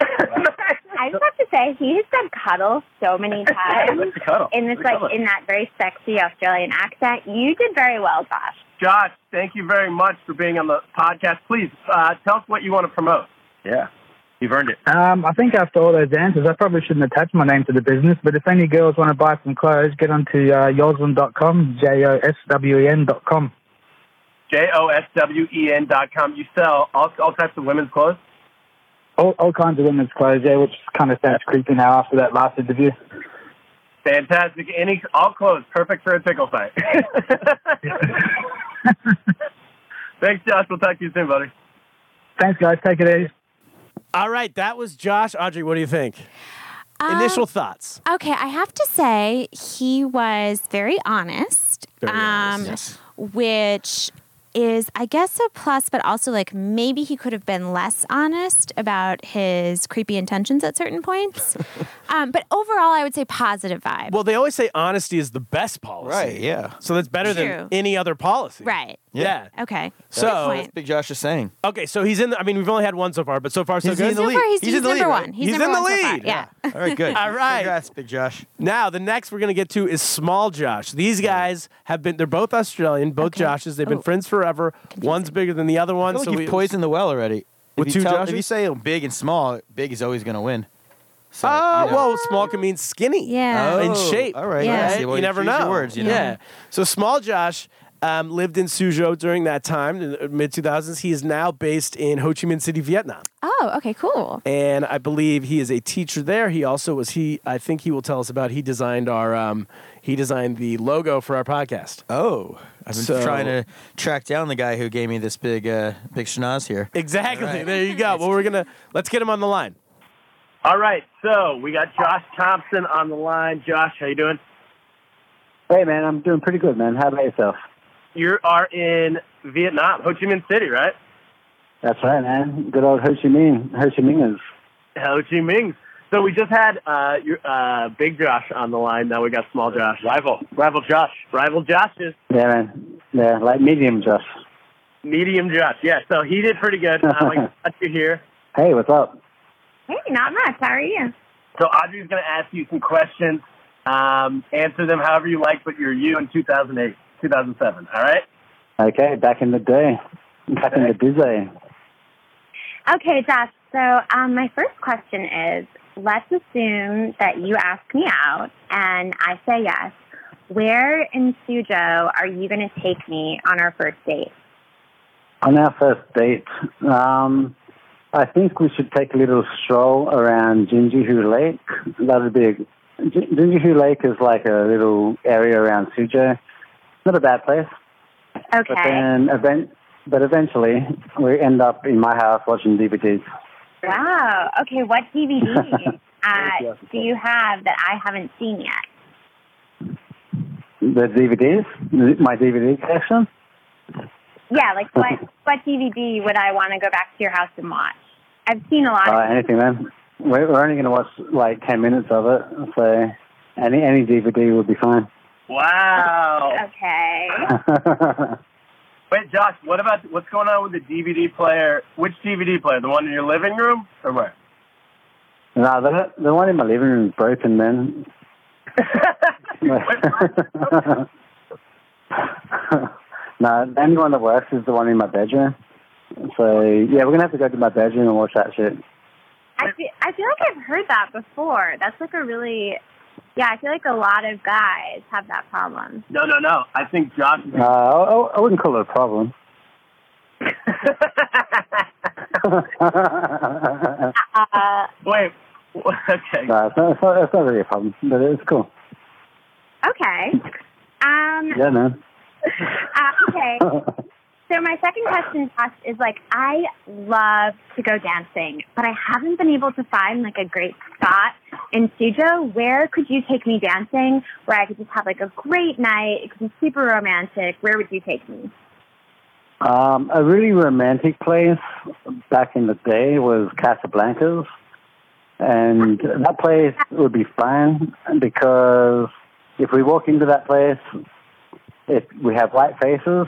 S9: I just have to say, he has said cuddle so many times in this like in that very sexy Australian accent. You did very well, Josh.
S7: Josh, thank you very much for being on the podcast. Please uh, tell us what you want to promote.
S10: Yeah. You've earned it.
S8: Um, I think after all those answers, I probably shouldn't attach my name to the business, but if any girls want to buy some clothes, get onto uh, yoswen.com, J-O-S-W-E-N dot com.
S7: J O S W E N dot com. You sell all, all types of women's clothes.
S8: All, all kinds of women's clothes, yeah, which kind of sounds creepy now after that last interview.
S7: Fantastic. Any all clothes, perfect for a pickle
S10: *laughs*
S7: fight. *laughs* Thanks, Josh. We'll talk to you soon, buddy.
S8: Thanks, guys. Take it easy.
S1: All right, that was Josh. Audrey, what do you think? Initial thoughts.
S6: Um, Okay, I have to say he was very honest, um,
S4: Very honest,
S6: which is, I guess, a plus, but also like maybe he could have been less honest about his creepy intentions at certain points. um, but overall, I would say positive vibe.
S1: Well, they always say honesty is the best policy.
S4: yeah.
S1: So that's better
S6: True.
S1: than any other policy.
S6: right.
S1: Yeah.
S6: Okay.
S1: So-
S6: Good
S4: That's
S6: point.
S4: Big Josh is saying.
S1: Okay, so he's in the, I mean, we've only had one so far, but so far so
S4: He's
S1: good.
S4: in the lead.
S6: Super, he's,
S4: He's
S6: he's
S4: in the lead,
S6: number
S4: right?
S6: one. He's,
S1: He's in
S6: number
S1: the
S6: one so far.
S1: lead.
S6: Yeah.
S4: *laughs* All right, good.
S1: All right.
S4: Congrats, Big Josh.
S1: Now, the next we're going to get to is Small Josh. These guys have been, they're both Australian, both
S6: Okay.
S1: Joshes. They've been
S6: Oh.
S1: friends forever. One's bigger than the other
S4: I
S1: one.
S4: feel like
S1: so
S4: you've
S1: we,
S4: poisoned the well already.
S1: With
S4: if you
S1: two
S4: tell, If
S1: Joshes?
S4: you say big and small, big is always going to win. So,
S1: Oh,
S4: you know.
S1: well, small can mean skinny. uh,
S6: Yeah.
S1: In
S4: Oh,
S1: shape.
S4: all right.
S6: Yeah.
S1: right?
S4: See, well,
S1: you,
S4: you
S1: never
S4: choose your
S1: know.
S4: words, you know.
S1: Yeah. So small Josh um, lived in Suzhou during that time, in the mid 2000s. He is now based in Ho Chi Minh City, Vietnam,
S6: Oh, okay, cool.
S1: and I believe he is a teacher there. He also was he. I think he will tell us about. He designed our. Um, he designed the logo for our podcast.
S4: Oh, I've been
S1: So-
S4: trying to track down the guy who gave me this big, uh, big schnoz here.
S1: Exactly. There you go. Well, we're gonna let's get him on the line.
S7: All right, so we got Josh Thompson on the line. Josh, how you doing?
S8: Hey, man, I'm doing pretty good, man. How about yourself?
S7: You are in Vietnam, Ho Chi Minh City, right?
S8: That's right, man. Good old Ho Chi Minh, Ho Chi Minhers.
S7: Ho Chi Minh. So we just had uh, your uh, big Josh on the line. Now we got small Josh, rival, rival Josh, rival Josh's
S8: Yeah, man. Yeah, like medium Josh.
S7: medium Josh. Yeah, so he did pretty good. Um, I'm like, glad you're here.
S8: Hey, what's up?
S9: Hey, not much. How are you?
S7: So Audrey's going to ask you some questions. Um, answer them however you like, but you're you in 2008, 2007. All right.
S8: Okay, back in the day. Back in the busy.
S9: Okay, Josh. So um, my first question is: Let's assume that you ask me out and I say yes. Where in Suzhou are you going to take me on our first date?
S8: On our first date, um, I think we should take a little stroll around Jinjihu Lake. That would be a, Jin- Jinjihu Lake is like a little area around Suzhou. Not a bad place, but
S9: Okay.
S8: then event, but eventually we end up in my house watching DVDs.
S9: Wow. Okay. What *laughs* DVD uh, do you have that I haven't seen yet?
S8: The DVDs, my DVD collection.
S9: Yeah, like what
S8: *laughs*
S9: what DVD would I want to go back to your house and watch? I've seen a lot.
S8: Uh,
S9: Of,
S8: anything, man. We're, we're only going to watch like ten minutes of it, so any any DVD would be fine. *laughs*
S7: Wow.
S9: okay.
S7: Wait, Josh, what about what's going on with the DVD player? Which DVD player? The one in your living room or where?
S8: no, the the one in my living room is broken, man. *laughs* no, the only one that works is the one in my bedroom. So yeah, we're gonna have to go to my bedroom and watch that shit.
S9: I feel, I feel like I've heard that before. That's like a really yeah. I feel like a lot of guys have that problem.
S7: no, no, no. I think Josh.
S8: Uh, I, I wouldn't call it a problem. *laughs* no,
S9: Uh,
S7: Wait. *laughs* Okay.
S8: it's not, it's, not, it's not really a problem, but it's cool.
S9: okay. Um.
S8: Yeah, man.
S9: Uh,
S8: *laughs*
S9: okay. So my second question, Josh, is like I love to go dancing, but I haven't been able to find like a great spot in Suzhou. Where could you take me dancing
S7: *laughs*
S9: where I could just have like a great night? It could be super romantic. Where would you take me?
S11: Um, a really romantic place back in the day was Casablanca's. And that place would be fine because if we walk into that place, if we have white faces,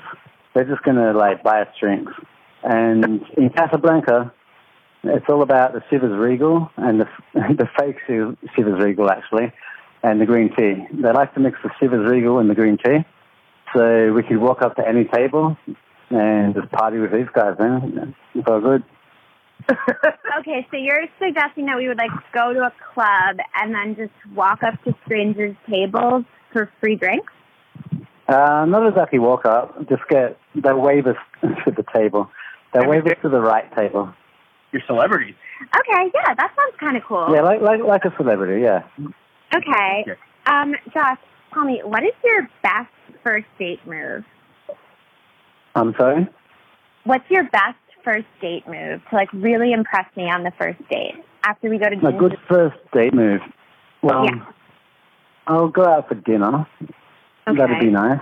S11: they're just going to like buy us drinks. And in Casablanca, it's all about the Sivas Regal and the, *laughs* the fake Siv- Sivas Regal actually, and the green tea. They like to mix the Sivas Regal and the green tea. So we could walk up to any table and just party with these guys, man. It's all good.
S9: Okay, so you're suggesting that we would like go to a club and then just walk up to strangers' tables for free drinks?
S11: Uh, not exactly walk up, just get, they wave us *laughs* to the table. They wave us to the right table.
S12: You're celebrities.
S9: Okay, yeah, that sounds kind of cool.
S11: Yeah, like, like, like a celebrity, yeah.
S9: Okay.
S12: Yeah.
S9: Um, Josh, tell me, what is your best first date move?
S11: I'm sorry?
S9: What's your best first date move to like really impress me on the first date after we go to
S11: My
S9: dinner?
S11: good first date move. Well,
S9: Yeah.
S11: I'll go out for dinner. That'd
S9: Okay.
S11: be nice.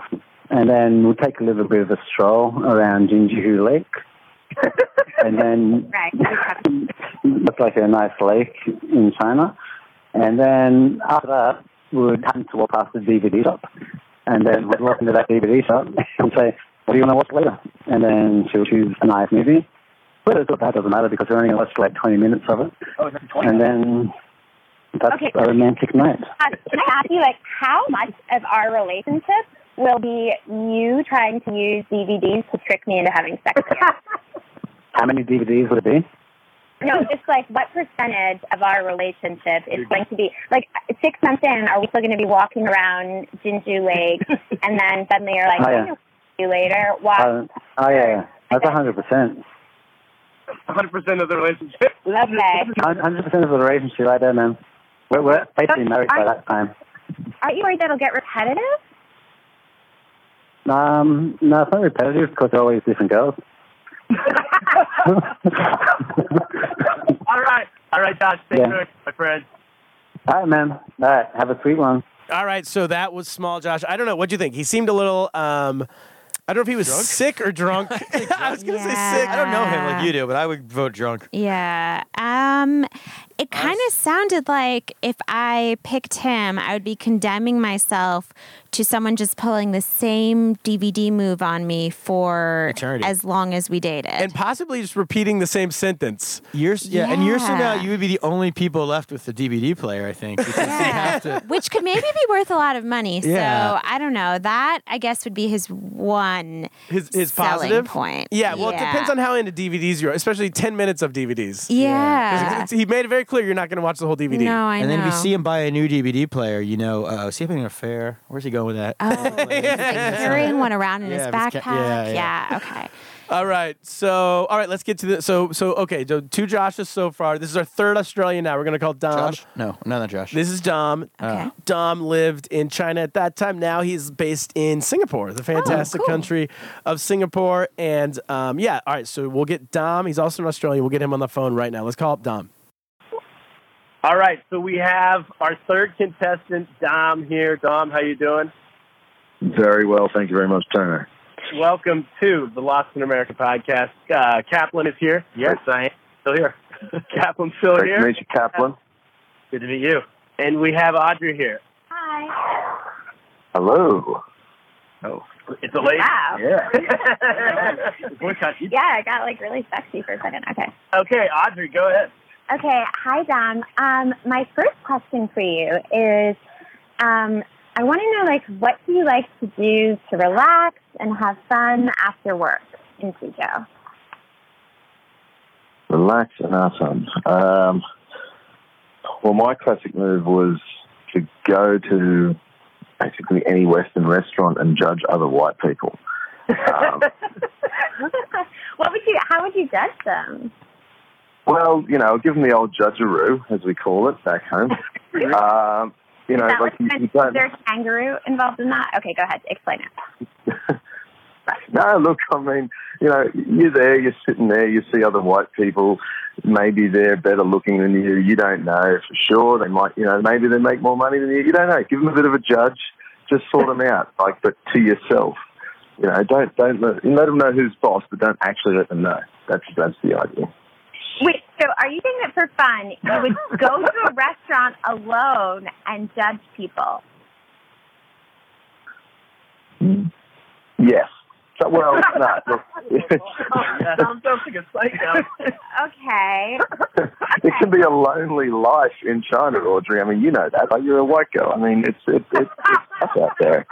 S11: And then we'll take a little bit of a stroll around Jinjihu
S9: *laughs*
S11: Lake. and then
S9: Right.
S11: look like a nice lake in China. And then after that, we would come to walk past the DVD shop. And then we'd walk into that DVD shop and say, what do you want to watch later? And then she'll choose a nice movie. But it's, that doesn't matter because we're only going to watch like 20 minutes of it.
S12: Oh, that's 20.
S11: And then that's
S9: Okay.
S11: a romantic night.
S9: Uh, can I ask you, like, how much of our relationship will be you trying to use DVDs to trick me into having sex with you?
S11: How many DVDs would it be?
S9: no, just like what percentage of our relationship is going to be like six months in? Are we still going to be walking around Jinju Lake, and then suddenly you're like,
S11: Oh, yeah.
S9: "I know you later." Walk.
S11: Uh, oh, yeah, yeah. That's 100%.
S7: 100% of the relationship.
S9: okay.
S11: 100% of the relationship right there, man. We're, we're basically married by that time.
S9: Aren't you worried that'll get repetitive? *laughs*
S11: Um, no, it's not repetitive because they're always different girls. *laughs* All
S7: All right. All right, Josh. Stay
S11: Yeah.
S7: good, my friend.
S11: right, man. All right, have a sweet one.
S1: All right, so that was small Josh. I don't know. What'd you think? He seemed a little. Um, I don't know if he was sick or drunk. *laughs* I was gonna say sick.
S4: I don't know him like
S6: Yeah.
S4: you do, but I would vote drunk.
S6: Yeah. Um it kind of sounded like if I picked him, I would be condemning myself to someone just pulling the same DVD move on me for
S4: Eternity.
S6: as long as we dated.
S4: *laughs*
S1: and possibly just repeating the same sentence.
S4: Years, yeah, and years from now,
S6: Yeah.
S4: you would be the only people left with the DVD player, I think. because they have to-
S6: Which could maybe be worth a lot of money.
S4: Yeah.
S6: So I don't know. That I guess would be his one
S1: His his
S6: selling
S1: positive
S6: point.
S1: Yeah, well, it
S6: Yeah.
S1: depends on how into DVDs you are, especially ten minutes of DVDs. 'Cause
S6: Yeah.
S1: it's- He made it very clear you're not going to watch the whole DVD.
S6: *laughs* No,
S4: *laughs*
S6: I
S4: and
S6: know.
S4: then if you see him buy a new DVD player, you know, uh, is he having an affair? Where's he going with that?
S6: Oh, he's, *laughs* like,
S4: *laughs*
S6: carrying one around in
S4: Yeah,
S6: his
S4: if it's
S6: backpack.
S4: ca- yeah, yeah.
S6: yeah, okay.
S1: All right, so all right, let's get to the so so okay. So two Joshes so far. This is our third Australian now. We're going to call Dom.
S4: Josh? No, no, not Josh.
S1: This is Dom. Uh,
S6: Okay.
S1: Dom lived in China at that time. Now he's based in Singapore, the
S4: Oh,
S1: fantastic
S6: cool.
S1: country of Singapore. And um, yeah, all right. So we'll get Dom. He's also in Australia. We'll get him on the phone right now. Let's call up Dom.
S7: *laughs* All right. So we have our third contestant, Dom, here. Dom, how you doing?
S10: Very well, thank you very much, Turner.
S7: Welcome to the Lost in America podcast. Uh, Kaplan is here.
S10: Yes,
S7: I am still
S10: *laughs*
S7: here. Kaplan's still
S10: Great to
S7: here.
S10: meet you, Kaplan.
S7: Good to meet you. And we have Audrey here.
S9: Hi.
S10: Hello.
S7: Oh, It's a lady.
S9: Wow.
S10: Yeah.
S9: Yeah, it got like really sexy for a second. Okay.
S7: Okay, Audrey, go ahead.
S9: Okay. Hi, Dom. Um, my first question for you is, um, I want to know like what do you like to do to relax and have fun after work in Fuzhou?
S10: Relax and have fun. Um, well, my classic move was to go to basically any Western restaurant and judge other white people.
S9: *laughs*
S10: Um,
S9: what would you? How would you judge them?
S10: well, you know, give them the old judgeroo, as we call it back
S9: *laughs*
S10: home. Um, you know,
S9: Is that
S10: like you,
S9: what-
S10: you don't.
S9: is there a kangaroo involved in that? Okay, go ahead. Explain it.
S10: No, look, I mean, you know, you're there, you're sitting there, you see other white people. Maybe they're better looking than you. You don't know for sure. They might, you know, maybe they make more money than you. You don't know. Give them a bit of a judge. Just sort them out, like, but to yourself. You know, don't don't let, let them know who's boss, but don't actually let them know. That's that's the idea.
S9: Wait, so are you saying that for fun you would go to
S10: *laughs*
S9: a restaurant alone and judge people?
S10: Yes. So, well, no. Look, *laughs*
S9: sounds like a psycho. *laughs* okay.
S10: it can be a lonely life in China, Audrey. I mean, you know that. Like you're a white girl. I mean, it's it, it, it's tough out there.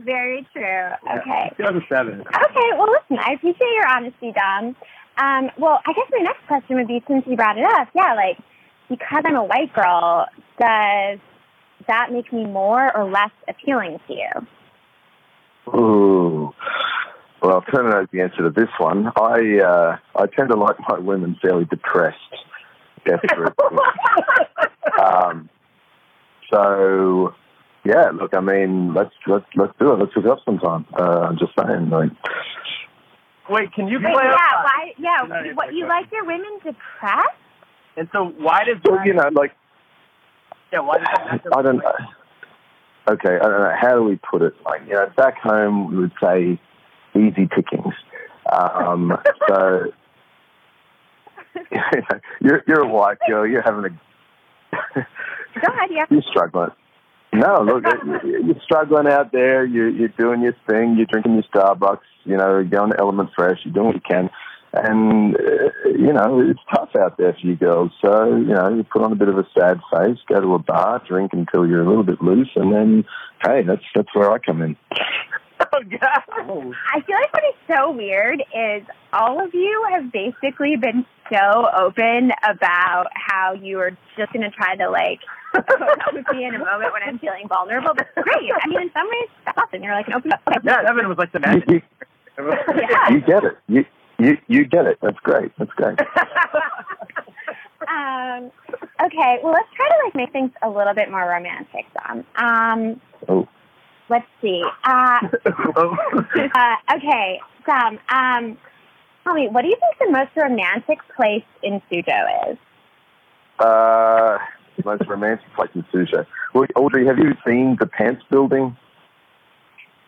S9: Very true. Okay.
S7: Two out of seven.
S9: Okay, well, listen, I appreciate your honesty, Dom. Um, well, I guess my next question would be since you brought it up, yeah, like, because I'm a white girl, does that make me more or less appealing to you?
S10: Ooh. Well, I'll turn it over the answer to this one. I uh, I tend to like my women fairly depressed, desperate. um, so yeah, look, I mean, let's let's let's do it. Let's hook it up sometime. Uh, I'm just saying, like,
S7: Wait, can you
S9: Wait,
S7: play
S9: yeah,
S7: up?
S9: why, yeah,
S7: No, it's
S9: what,
S7: my
S9: you
S7: question.
S9: like your women depressed?
S7: And so why does
S10: well, you know, like
S7: yeah, why does that
S10: *laughs* I don't know. Okay, I don't know. How do we put it? Like, you know, back home we would say easy pickings. Um, so *laughs* you're you're a white girl. You're having a
S9: Go ahead, yeah.
S10: you're struggling. No, look, you- you're struggling out there. You're, you're doing your thing. You're drinking your Starbucks. You know, you're going to Element Fresh. You're doing what you can, and uh, you know it's tough out there for you girls. So you know, you put on a bit of a sad face, go to a bar, drink until you're a little bit loose, and then hey, that's that's where I come in.
S7: Oh god.
S9: I feel like what is so weird is all of you have basically been so open about how you are just going to try to like hook up with me in a moment when I'm feeling vulnerable. But great. I mean, in some ways, that's awesome. You're like an open book.
S7: Yeah, Evan was like the
S10: You,
S7: magic.
S10: you,
S9: Yeah. *laughs*
S10: *laughs* you get it. You you you get it. That's great. That's great.
S9: Um, okay. Well, let's try to like make things a little bit more romantic. Dom. Um,
S10: Oh.
S9: let's see. Uh,
S7: Oh.
S9: *laughs* uh, okay, Sam. Um, tell me, what do you think the most romantic place in Sujo is?
S10: Uh, most romantic place in Susha. Well, Audrey, have you seen the Pants Building?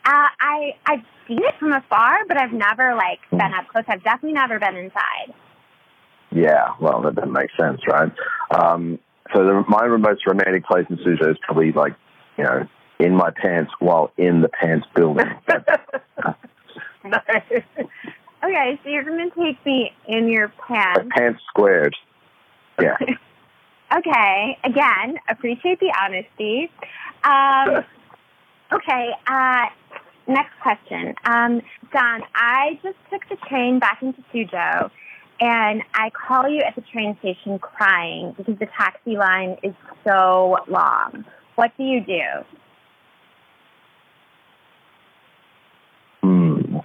S9: Uh, I I've seen it from afar, but I've never like been up close. I've definitely never been inside. *laughs*
S10: Yeah, well, that doesn't make sense, right? Um, so the, my most romantic place in Suzhou is probably like, you know, in my pants while in the pants building.
S7: nice.
S9: Okay, so you're gonna take me in your
S10: like
S9: pants.
S10: pants squared. Yeah.
S9: Okay. Again, appreciate the honesty. Um, okay. Uh, next question. Um, Don, I just took the train back into Suzhou, and I call you at the train station crying because the taxi line is so long. What do you do?
S10: Hmm.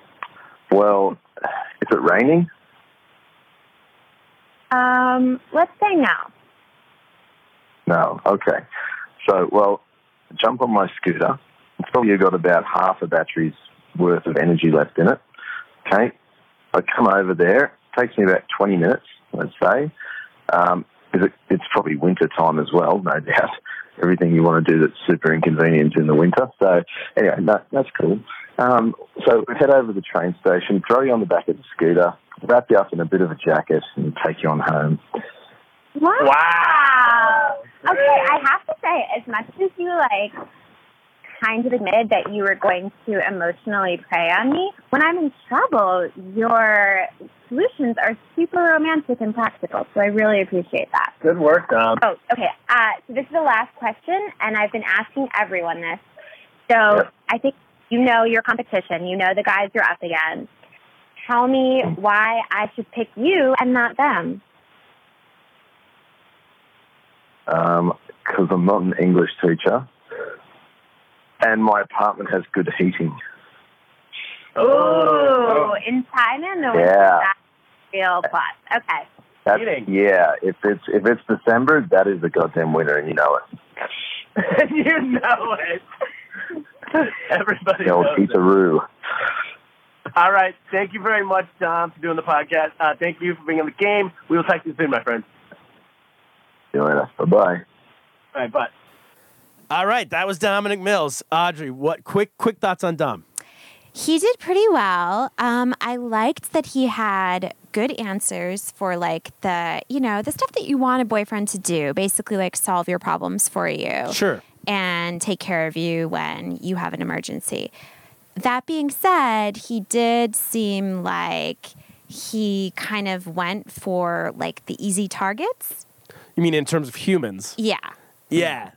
S10: Well, is it raining?
S9: Um, let's say no.
S10: No. Okay. So, well, jump on my scooter. It's probably got about half a battery's worth of energy left in it. Okay. I come over there. It takes me about 20 minutes, let's say. Um, is it, it's probably winter time as well, no doubt. *laughs* Everything you want to do that's super inconvenient in the winter. So, anyway, no, that's cool. Um, so, head over to the train station, throw you on the back of the scooter, wrap you up in a bit of a jacket, and take you on home.
S9: Wow. Okay, I have to say, as much as you like kind of admitted that you were going to emotionally prey on me, when I'm in trouble, your solutions are super romantic and practical. So I really appreciate that.
S7: Good work, Dom.
S9: Oh, okay. Uh, so this is the last question, and I've been asking everyone this. So
S10: Yep.
S9: I think you know your competition. You know the guys you're up against. Tell me why I should pick you and not them.
S10: because um, I'm not an English teacher, and my apartment has good heating.
S13: Oh.
S9: Ooh, Oh, in China, in the winter,
S10: Yeah.
S9: that's a real plus. Okay.
S10: That's,
S7: Heating.
S10: Yeah, if it's if it's December, that is the goddamn winter, and you know
S13: *laughs*
S7: *laughs*
S10: it.
S7: you know it. *laughs* Everybody
S10: The old
S7: knows it.
S10: heateroo.
S7: All right. Thank you very much, Dom, for doing the podcast. Uh, thank you for being on the game. We will talk to you soon, my friend.
S10: See you later. Bye bye.
S7: All right, bye.
S1: All right, that was Dominic Mills. Audrey, what quick quick thoughts on Dom?
S6: He did pretty well. Um, I liked that he had good answers for like the you know the stuff that you want a boyfriend to do, basically like solve your problems for you.
S14: Sure.
S6: And take care of you when you have an emergency. That being said, he did seem like he kind of went for like the easy targets.
S1: You mean in terms of humans?
S6: Yeah.
S1: Yeah.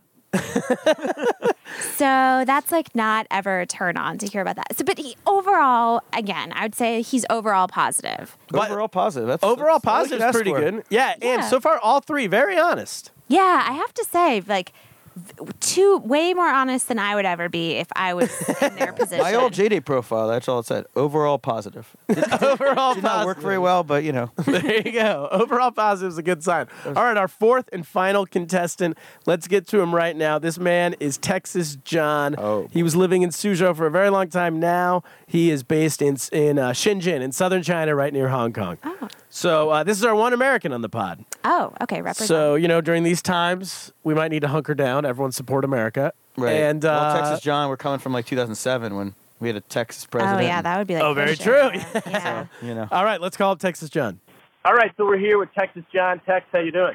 S6: So that's like not ever a turn on to hear about that. So, but he overall, again, I would say he's overall positive.
S4: overall positive. That's
S1: Overall
S4: that's all you
S1: positive
S4: can
S1: is
S4: ask
S1: pretty
S4: for.
S1: good. Yeah, and
S6: Yeah.
S1: so far all three very honest.
S6: Yeah, I have to say, like, v- two way more honest than I would ever be if I
S1: *laughs*
S6: was in their position.
S4: My old JD profile. That's all it said. Overall positive.
S1: *laughs* Overall
S4: Did not work
S1: positive.
S4: very well, but you know.
S1: *laughs* There you go. Overall positive is a good sign. All right, our fourth and final contestant. Let's get to him right now. This man is Texas John.
S4: Oh.
S1: He was living in Suzhou for a very long time. Now he is based in in uh, Shenzhen in southern China, right near Hong Kong.
S6: Oh,
S1: So uh, this is our one American on the pod.
S6: oh okay, represent.
S1: So you know, during these times, we might need to hunker down. Everyone support America. And uh,
S4: well, Texas John, we're coming from like 2007 when we had a Texas
S6: oh
S4: president.
S6: yeah, that would be like.
S1: Oh, very
S6: Bush
S1: true.
S6: era. Yeah.
S4: you *laughs* know.
S1: *laughs* All right, let's call up Texas John.
S10: All right, so we're here with Texas John. Tex, how you doing?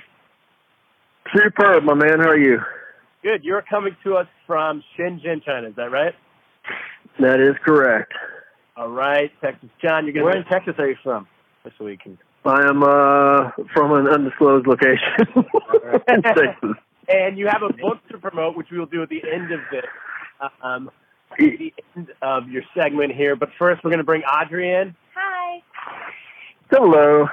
S13: Superb, my man. How are you?
S10: Good. You're coming to us from Shenzhen, China. Is that right?
S13: That is correct.
S10: All right, Texas John. You're gonna.
S7: Where in Texas
S10: are you from? This weekend.
S13: I am uh, from an undisclosed location *laughs* in Texas.
S10: And you have a book to promote, which we will do at the end of this, um, the end of your segment here. But first, we're going to bring Audrey in.
S9: Hi.
S13: Hello.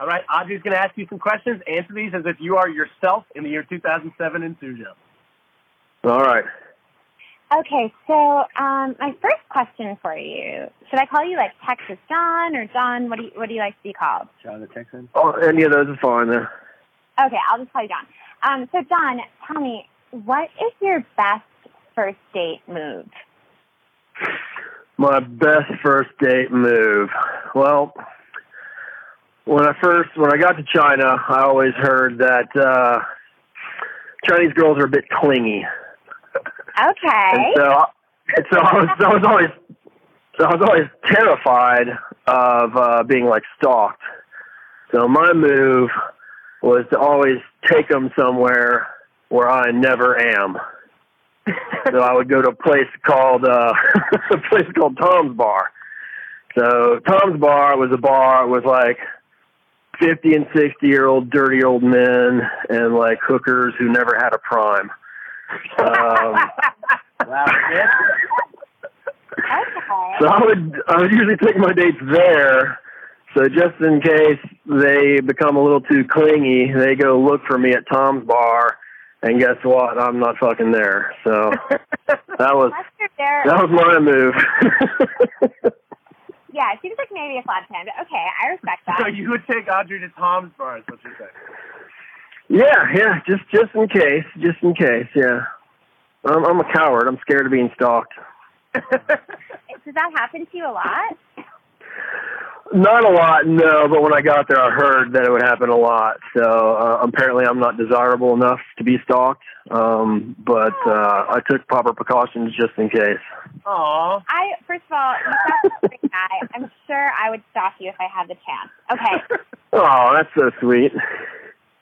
S10: All right, Audrey's going to ask you some questions. Answer these as if you are yourself in the year 2007 in Suzhou.
S13: All right.
S9: Okay, so um, my first question for you: Should I call you like Texas John or John? What do you What do you like to be called?
S10: John the Texan.
S13: Oh, any of those are fine. Then.
S9: Okay, I'll just call you John. Um, so John, tell me, what is your best first date move?
S13: My best first date move. Well, when I first when I got to China, I always heard that uh, Chinese girls are a bit clingy,
S9: Okay.
S13: and so I- and so I was, I was always so I was always terrified of uh, being like stalked. So my move was to always take them somewhere where I never am. so I would go to a place called uh, *laughs* a place called Tom's Bar. So Tom's Bar was a bar with like fifty and sixty year old dirty old men and like hookers who never had a prime. Um,
S10: Wow.
S9: okay.
S13: so I would I would usually take my dates there. So just in case they become a little too clingy, they go look for me at Tom's Bar, and guess what? I'm not fucking there. So that was
S9: Unless you're there,
S13: that was my move.
S9: yeah, it seems like maybe a flawed plan, but okay, I respect
S13: *laughs*
S9: that.
S10: *laughs* So you would take Audrey to Tom's bar, is what you're saying.
S13: yeah, yeah, just just in case, just in case, yeah. I'm I'm a coward. I'm scared of being stalked.
S9: Does that happen to you a lot?
S13: Not a lot, no. But when I got there, I heard that it would happen a lot. So uh, apparently, I'm not desirable enough to be stalked. Um, but uh, I took proper precautions just in case.
S10: Aw.
S9: I first of all, you sound like a great guy. I'm sure I would stalk you if I had the chance. Okay.
S13: Oh, that's so sweet.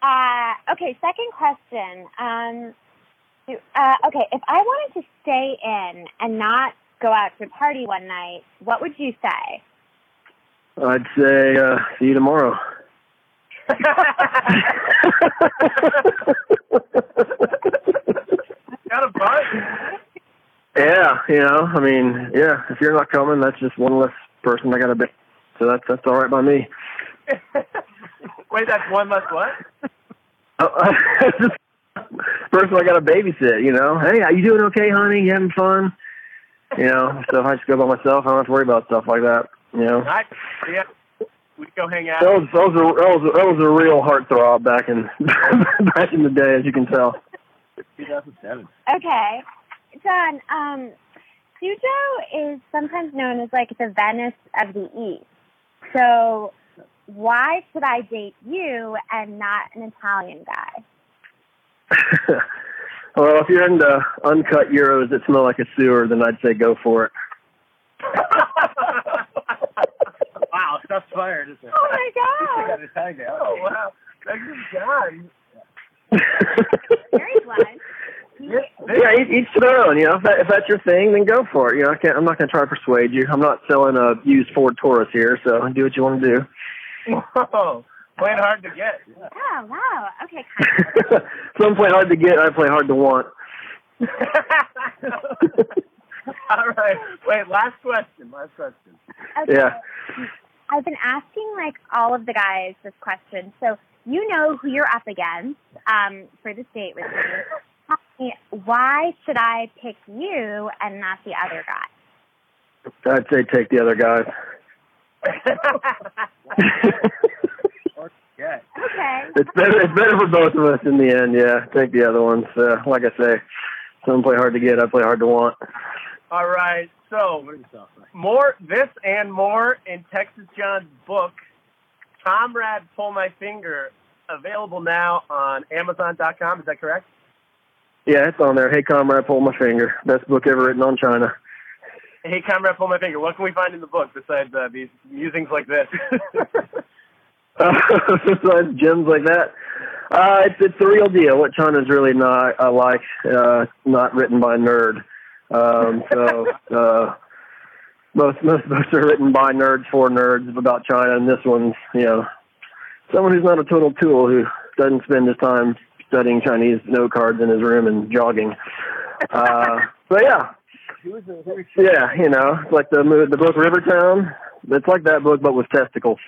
S9: Uh, okay. Second question. Um, do- uh, okay, if I wanted to stay in and not go out to a party one night, what would you say?
S13: I'd say uh, see you tomorrow.
S10: Got a bite?
S13: yeah, you know, I mean, yeah. If you're not coming, that's just one less person I got to be. So that's that's all right by me.
S10: *laughs*
S13: *laughs*
S10: Wait, that's one less what?
S13: Uh, First of all, I got to babysit, you know. Hey, are you doing okay, honey? You having fun? You know, so if I just go by myself, I don't have to worry about stuff like that, you know.
S10: Nice. Yeah. We go hang out.
S13: That was,
S7: *laughs*
S13: that was, a, that was, a, that was a real heartthrob back in *laughs* back in the day, as you can tell.
S10: 2007.
S9: Okay, John. Um, Suzhou is sometimes known as like the Venice of the East. So, why should I date you and not an Italian guy?
S13: well, if you're into uncut euros that smell like a sewer, then I'd say go for it.
S7: shots fired, isn't it?
S15: Oh, my God.
S7: Got a tag out. Oh wow, that's good
S13: *laughs*
S9: Very
S7: *laughs*
S9: glad.
S13: Yeah, each, each to their own. You know, if, that, if that's your thing, then go for it. You know, I can't. I'm not going to try to persuade you. I'm not selling a used Ford Taurus here, so do what you want to do.
S7: Whoa, playing hard to get.
S9: Oh, wow. Okay,
S13: Some play hard to get, I play hard to want. *laughs*
S7: *laughs* All right, wait. Last question. Last question.
S9: Okay. I've been asking like all of the guys this question. So you know who you're up against um, for this date with me. Tell me, Why should I pick you and not the other guy?
S13: I'd say take the other guy. *laughs*
S7: Yeah.
S9: Okay.
S13: It's better. It's better for both of us in the end. Yeah, take the other ones. Uh, like I say, some play hard to get, I play hard to want.
S7: All right. So more this and more in Texas John's book, Comrade Pull My Finger, available now on Amazon.com. Is that correct?
S13: Yeah, it's on there. Hey, comrade, pull my finger. Best book ever written on China.
S7: Hey, Comrade Pull My Finger. What can we find in the book besides uh, these musings
S16: *laughs*
S7: like this?
S13: Uh, besides *laughs* gems like that, uh, it's it's the real deal. What China's really not uh, like, uh, not written by a nerd. Um, so uh, most most books are written by nerds for nerds about China, and this one's you know someone who's not a total tool who doesn't spend his time studying Chinese note cards in his room and jogging. Uh, *laughs* so yeah,
S7: *laughs*
S13: yeah, you know, it's like the movie, the book Rivertown. It's like that book, but with testicles.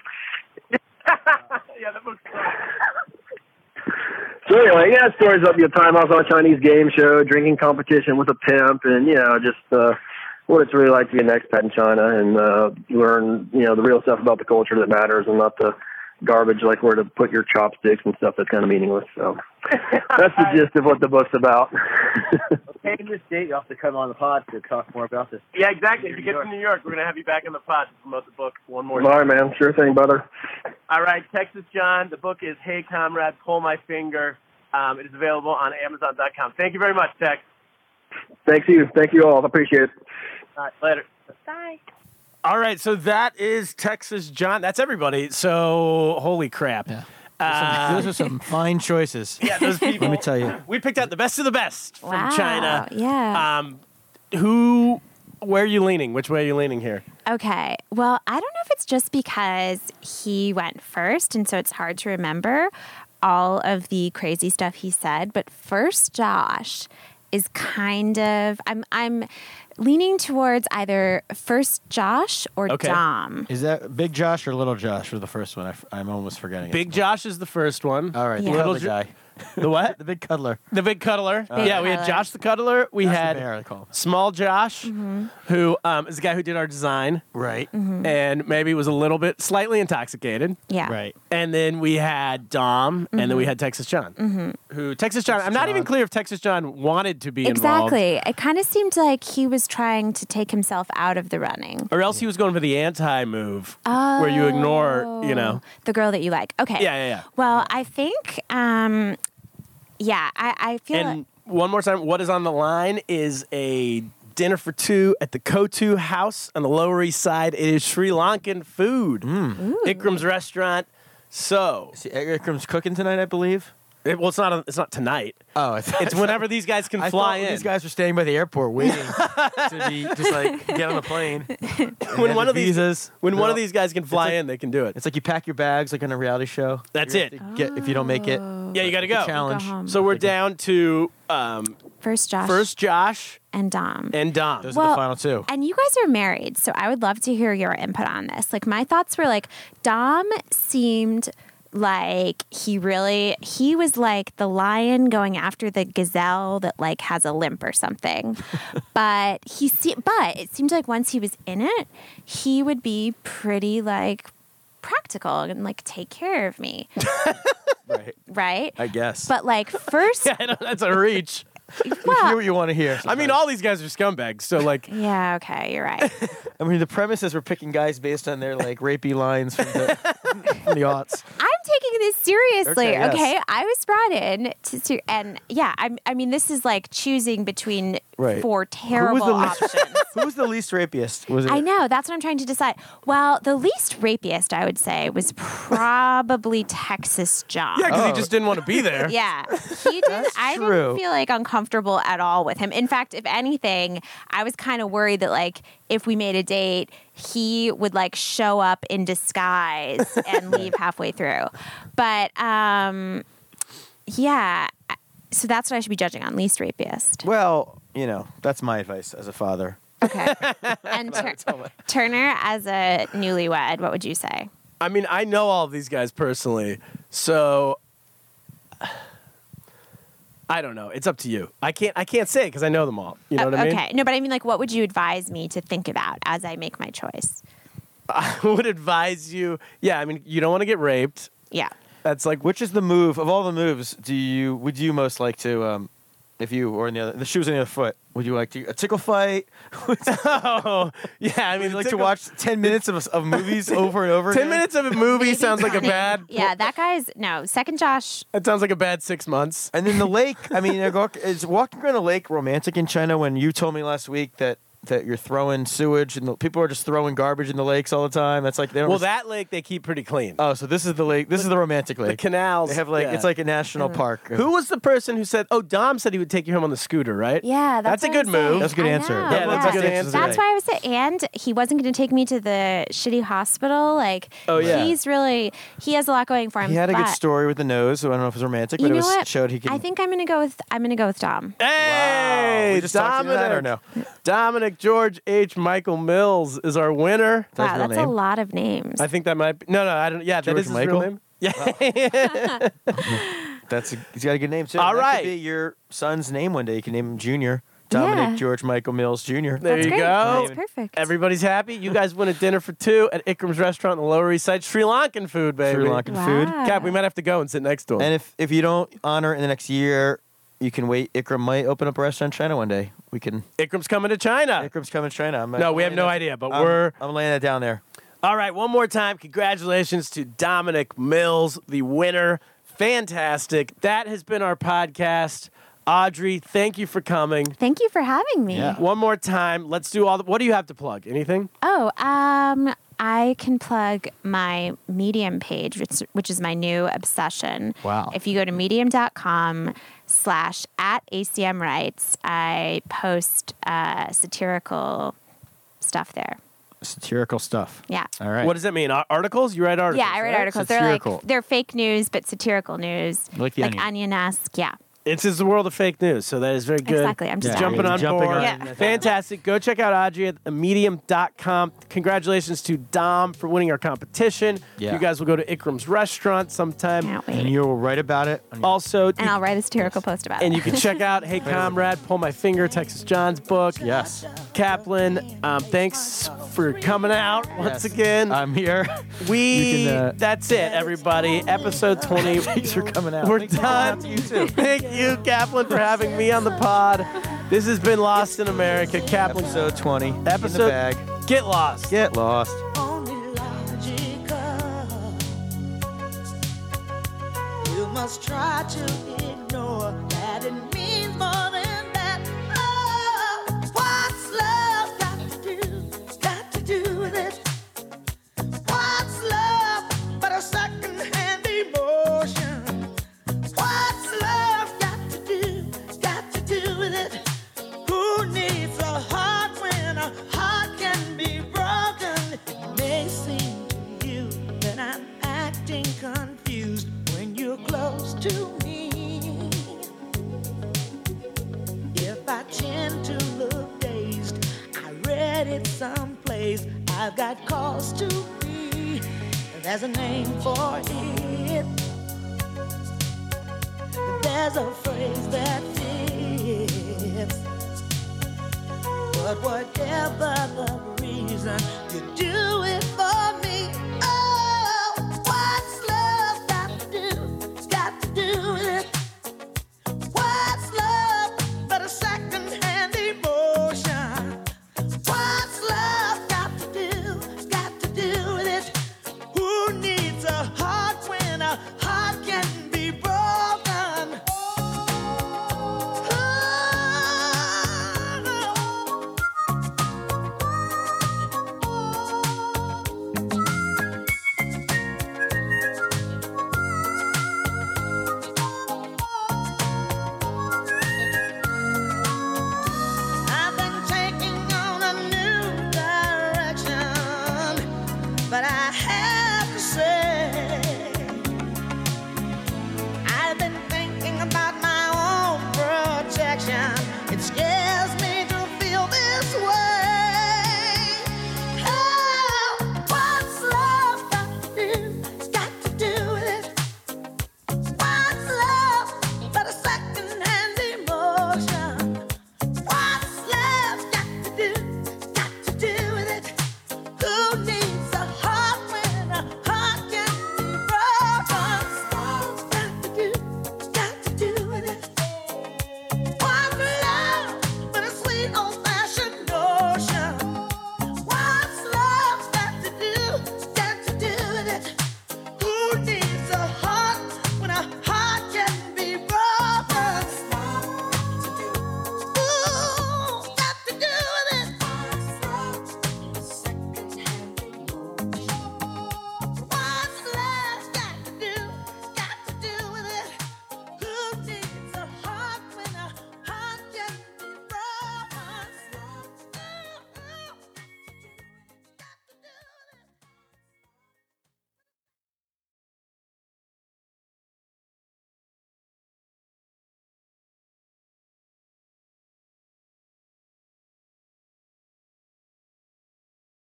S7: yeah, that book's
S13: So anyway, yeah, stories up your time. I was on a Chinese game show, drinking competition with a pimp, and you know, just uh, what it's really like to be an expat in China and uh, learn, you know, the real stuff about the culture that matters, and not the garbage like where to put your chopsticks and stuff that's kind of meaningless. So that's the gist of what the book's about. *laughs*
S16: Taking this date, you have to come on the pod to talk more about this.
S7: Yeah, exactly. If you get to New York, we're going to have you back in the pod to promote the book one more
S13: All right, man. Sure thing, brother.
S7: All right, Texas John. The book is Hey Comrade, Pull My Finger. Um, it is available on Amazon.com. Thank you very much, Tex.
S13: Thanks you. Thank you all. I appreciate it.
S7: All right, later.
S9: Bye.
S1: All right, so that is Texas John. That's everybody. So holy crap. Yeah. Uh,
S4: Those are some fine choices.
S1: *laughs* yeah, those people.
S4: Let me tell you.
S1: We picked out the best of the best from
S6: Wow,
S1: China.
S6: yeah.
S1: Um, who? Where are you leaning? Which way are you leaning here?
S6: Okay. Well, I don't know if it's just because he went first, and so it's hard to remember all of the crazy stuff he said. But first, Josh is kind of I'm I'm leaning towards either first Josh or
S1: Okay.
S6: Dom.
S4: Is that Big Josh or Little Josh for the first one? I, am almost forgetting.
S1: Big Josh is the first one.
S4: It. All right,
S6: Yeah.
S4: the
S6: Little
S4: little guy,
S1: *laughs* The what?
S4: the big cuddler.
S1: The big cuddler.
S6: Big
S1: yeah, we had
S6: cuddler.
S1: Josh the cuddler. We
S4: That's the
S1: had
S4: bear, I call him.
S1: small Josh,
S6: Mm-hmm.
S1: who um, is the guy who did our design,
S4: Right,
S1: and maybe was a little bit slightly intoxicated.
S6: Yeah. Mm-hmm.
S4: right.
S1: And then we had Dom, and then we had Texas John, who Texas John. I'm not even clear if Texas John wanted to be involved,
S6: Exactly. It kind of seemed like he was trying to take himself out of the running.
S1: or else he was going for the anti move,
S6: Oh.
S1: where you ignore, you know.
S6: the girl that you like. Okay.
S1: Yeah, yeah, yeah.
S6: Well, I think, um, yeah, I, I feel
S1: And one more time, what is on the line is a dinner for two at the Kotu House on the Lower East Side. It is Sri Lankan food,
S4: Hmm.
S1: Ikram's restaurant. So,
S4: See, Edgar Crum's cooking tonight, I believe.
S1: it, well, it's not it's not tonight.
S4: Oh, I thought,
S1: It's whenever these guys can
S4: I
S1: fly
S4: thought
S1: in.
S4: These guys were staying by the airport waiting to be just like get on the
S6: *laughs*
S4: plane.
S1: when one of these
S4: visas,
S1: when one of
S4: No.
S1: these guys can fly in, they can do it.
S4: It's like you pack your bags like on a reality show.
S1: That's
S4: You have
S1: it. Oh.
S4: to Get if you don't make it.
S1: Yeah, you got to
S4: It's a
S1: go.
S4: Challenge.
S6: Go home.
S1: So we're down to um,
S6: first Josh
S1: first Josh
S6: and Dom.
S1: and Dom.
S4: Those are
S6: Well,
S4: the final two.
S6: and you guys are married, so I would love to hear your input on this. Like my thoughts were like Dom seemed like he really he was like the lion going after the gazelle that like has a limp
S4: *laughs*
S6: or something. but he se- but it seemed like once he was in it, he would be pretty like practical and like take care of me,
S4: *laughs* Right.
S6: right?
S4: I guess.
S6: But
S1: *laughs*
S6: like first,
S1: I know, that's a reach.
S4: hear
S6: well,
S4: what you want to hear.
S1: I mean, all these guys are scumbags. So like,
S6: yeah, okay, you're right.
S1: *laughs*
S4: I mean, the premise is we're picking guys based on their like rapey lines from the, from the aughts.
S6: I'm taking this seriously.
S5: Okay, yes.
S6: Okay, I was brought in to, to and yeah, I, I mean, this is like choosing between
S4: Right.
S6: four terrible
S4: who was
S6: options.
S4: the least, Who was the least rapiest? Was it?
S6: I know. That's what I'm trying to decide. Well, the least rapiest, I would say, was probably Texas John.
S1: Yeah, because he just didn't want to be there.
S6: Ah. *laughs* Yeah,
S1: *laughs*
S6: he didn't. I
S1: true.
S6: didn't feel like uncomfortable at all with him. In fact, if anything, I was kind of worried that like if we made a date, he would like show up in disguise
S1: *laughs*
S6: and leave halfway through. But um, yeah, I- so that's what I should be judging on least rapiest. *laughs*
S4: Well, you know, that's my advice as a father.
S6: And Tur- Turner as a newlywed, what would you say?
S1: I mean, I know all of these guys personally, so *sighs* I don't know. It's up to you. I can't. I can't say because I know them all. You know
S6: Oh,
S1: what I mean? *laughs*
S6: Okay. No, but I mean, like, what would you advise me to think about as I make my choice?
S1: I would advise you. Yeah, I mean, you don't want to get raped.
S6: Yeah.
S1: That's like
S4: Which is the move of all the moves? Do you would you most like to, um, if you or in the other the shoes on the other foot? Would you like to a tickle fight? *laughs*
S1: oh, yeah. I mean,
S4: like to watch ten minutes of, of movies over and over.
S1: ten
S4: again?
S1: minutes *laughs* of a movie sounds like a
S6: Honey,
S1: bad.
S6: Yeah, that guy's no second Josh.
S1: That sounds like a bad six months.
S4: And then the lake. I mean, I go- is walking around a lake romantic in China? When you told me last week that that you're throwing sewage and the, people are just throwing garbage in the lakes all the time. That's like they don't.
S1: Well, that lake they keep pretty clean.
S4: Oh, so this is the lake. This is the romantic
S1: The
S4: lake.
S1: canals.
S4: They have like
S1: yeah.
S4: it's like a national
S6: Mm.
S4: park.
S1: Who was the person who said? Oh, Dom said he would take you home on the scooter, right?
S6: Yeah, that's,
S1: a
S6: what
S1: good
S6: I'm saying.
S1: move.
S4: That's a good
S6: I
S4: answer.
S6: know,
S4: That
S1: was a good answer.
S6: That's why I was saying, and he wasn't going to take me to the shitty hospital. Like,
S4: Oh, yeah.
S6: he's really he has a lot going for him.
S4: He had a good
S6: but
S4: story with the nose. So I don't know if it was romantic,
S6: You
S4: but it was
S6: know what?
S4: showed he could. Eh.
S6: I think I'm going to go with I'm going to go with Dom.
S1: Hey,
S4: We just talked to you
S1: Dominic.
S4: that or no?
S1: Dominic George H. Michael Mills is our winner.
S4: That's
S6: wow,
S4: his real
S6: that's a
S4: name.
S6: lot of names.
S1: I think that might be. No, no, I don't. Yeah, that
S4: George
S1: is his
S4: Michael?
S1: real name. *laughs* Yeah.
S4: That's a, he's got a good name too.
S1: All
S4: That
S1: right.
S4: could be your son's name one day. You can name him Junior Dominic
S6: Yeah.
S4: George Michael Mills Junior.
S1: there
S6: that's
S1: you
S6: great.
S1: go.
S6: That's perfect.
S1: Everybody's happy. You guys win a dinner for two at Ikram's restaurant in the Lower East Side. Sri Lankan food, baby.
S4: Sri Lankan food.
S6: Wow.
S1: Cap, we might have to go and sit next to him.
S4: And if if you don't honor in the next year, you can wait. Ikram might open up a restaurant in China one day. We can.
S1: Ikram's coming to China.
S4: Ikram's coming to China. I'm,
S1: No, we have no idea, but we're.
S4: I'm laying that down there.
S1: All right, one more time. Congratulations to Dominic Mills, the winner. Fantastic. That has been our podcast. Audrey, thank you for coming.
S6: Thank you for having me.
S1: One more time. Let's do all the. What do you have to plug? Anything?
S6: Oh, um, I can plug my Medium page, which, which is my new obsession.
S4: Wow.
S6: If you go to medium.com slash at ACM Rights, I post uh, satirical stuff there.
S4: Satirical stuff.
S6: Yeah.
S4: All right.
S1: What does that mean? Ar- articles? You write articles?
S6: yeah, I write
S1: right?
S6: articles. They're
S4: Satirical.
S6: like, they're fake news, but satirical news.
S4: Like The Onion.
S6: Onion-esque, yeah.
S1: It's is the world of fake news, so that is very good.
S6: Exactly. I'm just
S4: Yeah.
S1: jumping
S4: You're
S1: on
S4: jumping
S1: board.
S4: on
S6: Yeah. that. *laughs*
S1: Fantastic. Go check out Audrey at medium.com. Congratulations to Dom for winning our competition.
S4: Yeah.
S1: You guys will go to Ikram's restaurant sometime.
S6: Can't
S4: And
S6: wait.
S4: you will write about it. On your-
S1: Also,
S6: And I'll write a satirical post about
S1: and
S6: it.
S1: you can check out Hey Comrade, Pull My Finger, Texas John's book.
S4: yes.
S1: Kaplan, um, thanks for coming out
S4: Yes.
S1: once again.
S4: I'm here.
S1: we
S4: you can, uh,
S1: that's it, everybody. Episode 20.
S4: Thanks for coming out.
S1: We're
S4: Thanks for coming out
S1: done.
S4: to you too.
S1: *laughs* Thank you, Kaplan, for having me on the pod. This has been Lost in America. Kaplan,
S4: Episode 20. In the
S1: Episode-
S4: bag.
S1: get lost.
S4: Get lost.
S5: only logical. You must try to ignore that it means more than that. Oh, what's love got to do? Got to do with it. What's love but a second-hand emotion? What's love got to do? Got to do with it. Who needs a heart when a heart can be broken? It may seem to you that I'm acting confused when you're close to me. If I tend to look dazed, I read it someplace. I've got cause to be. There's a name for it. There's a phrase that fits. But whatever the reason, you do it for Oh, Oh,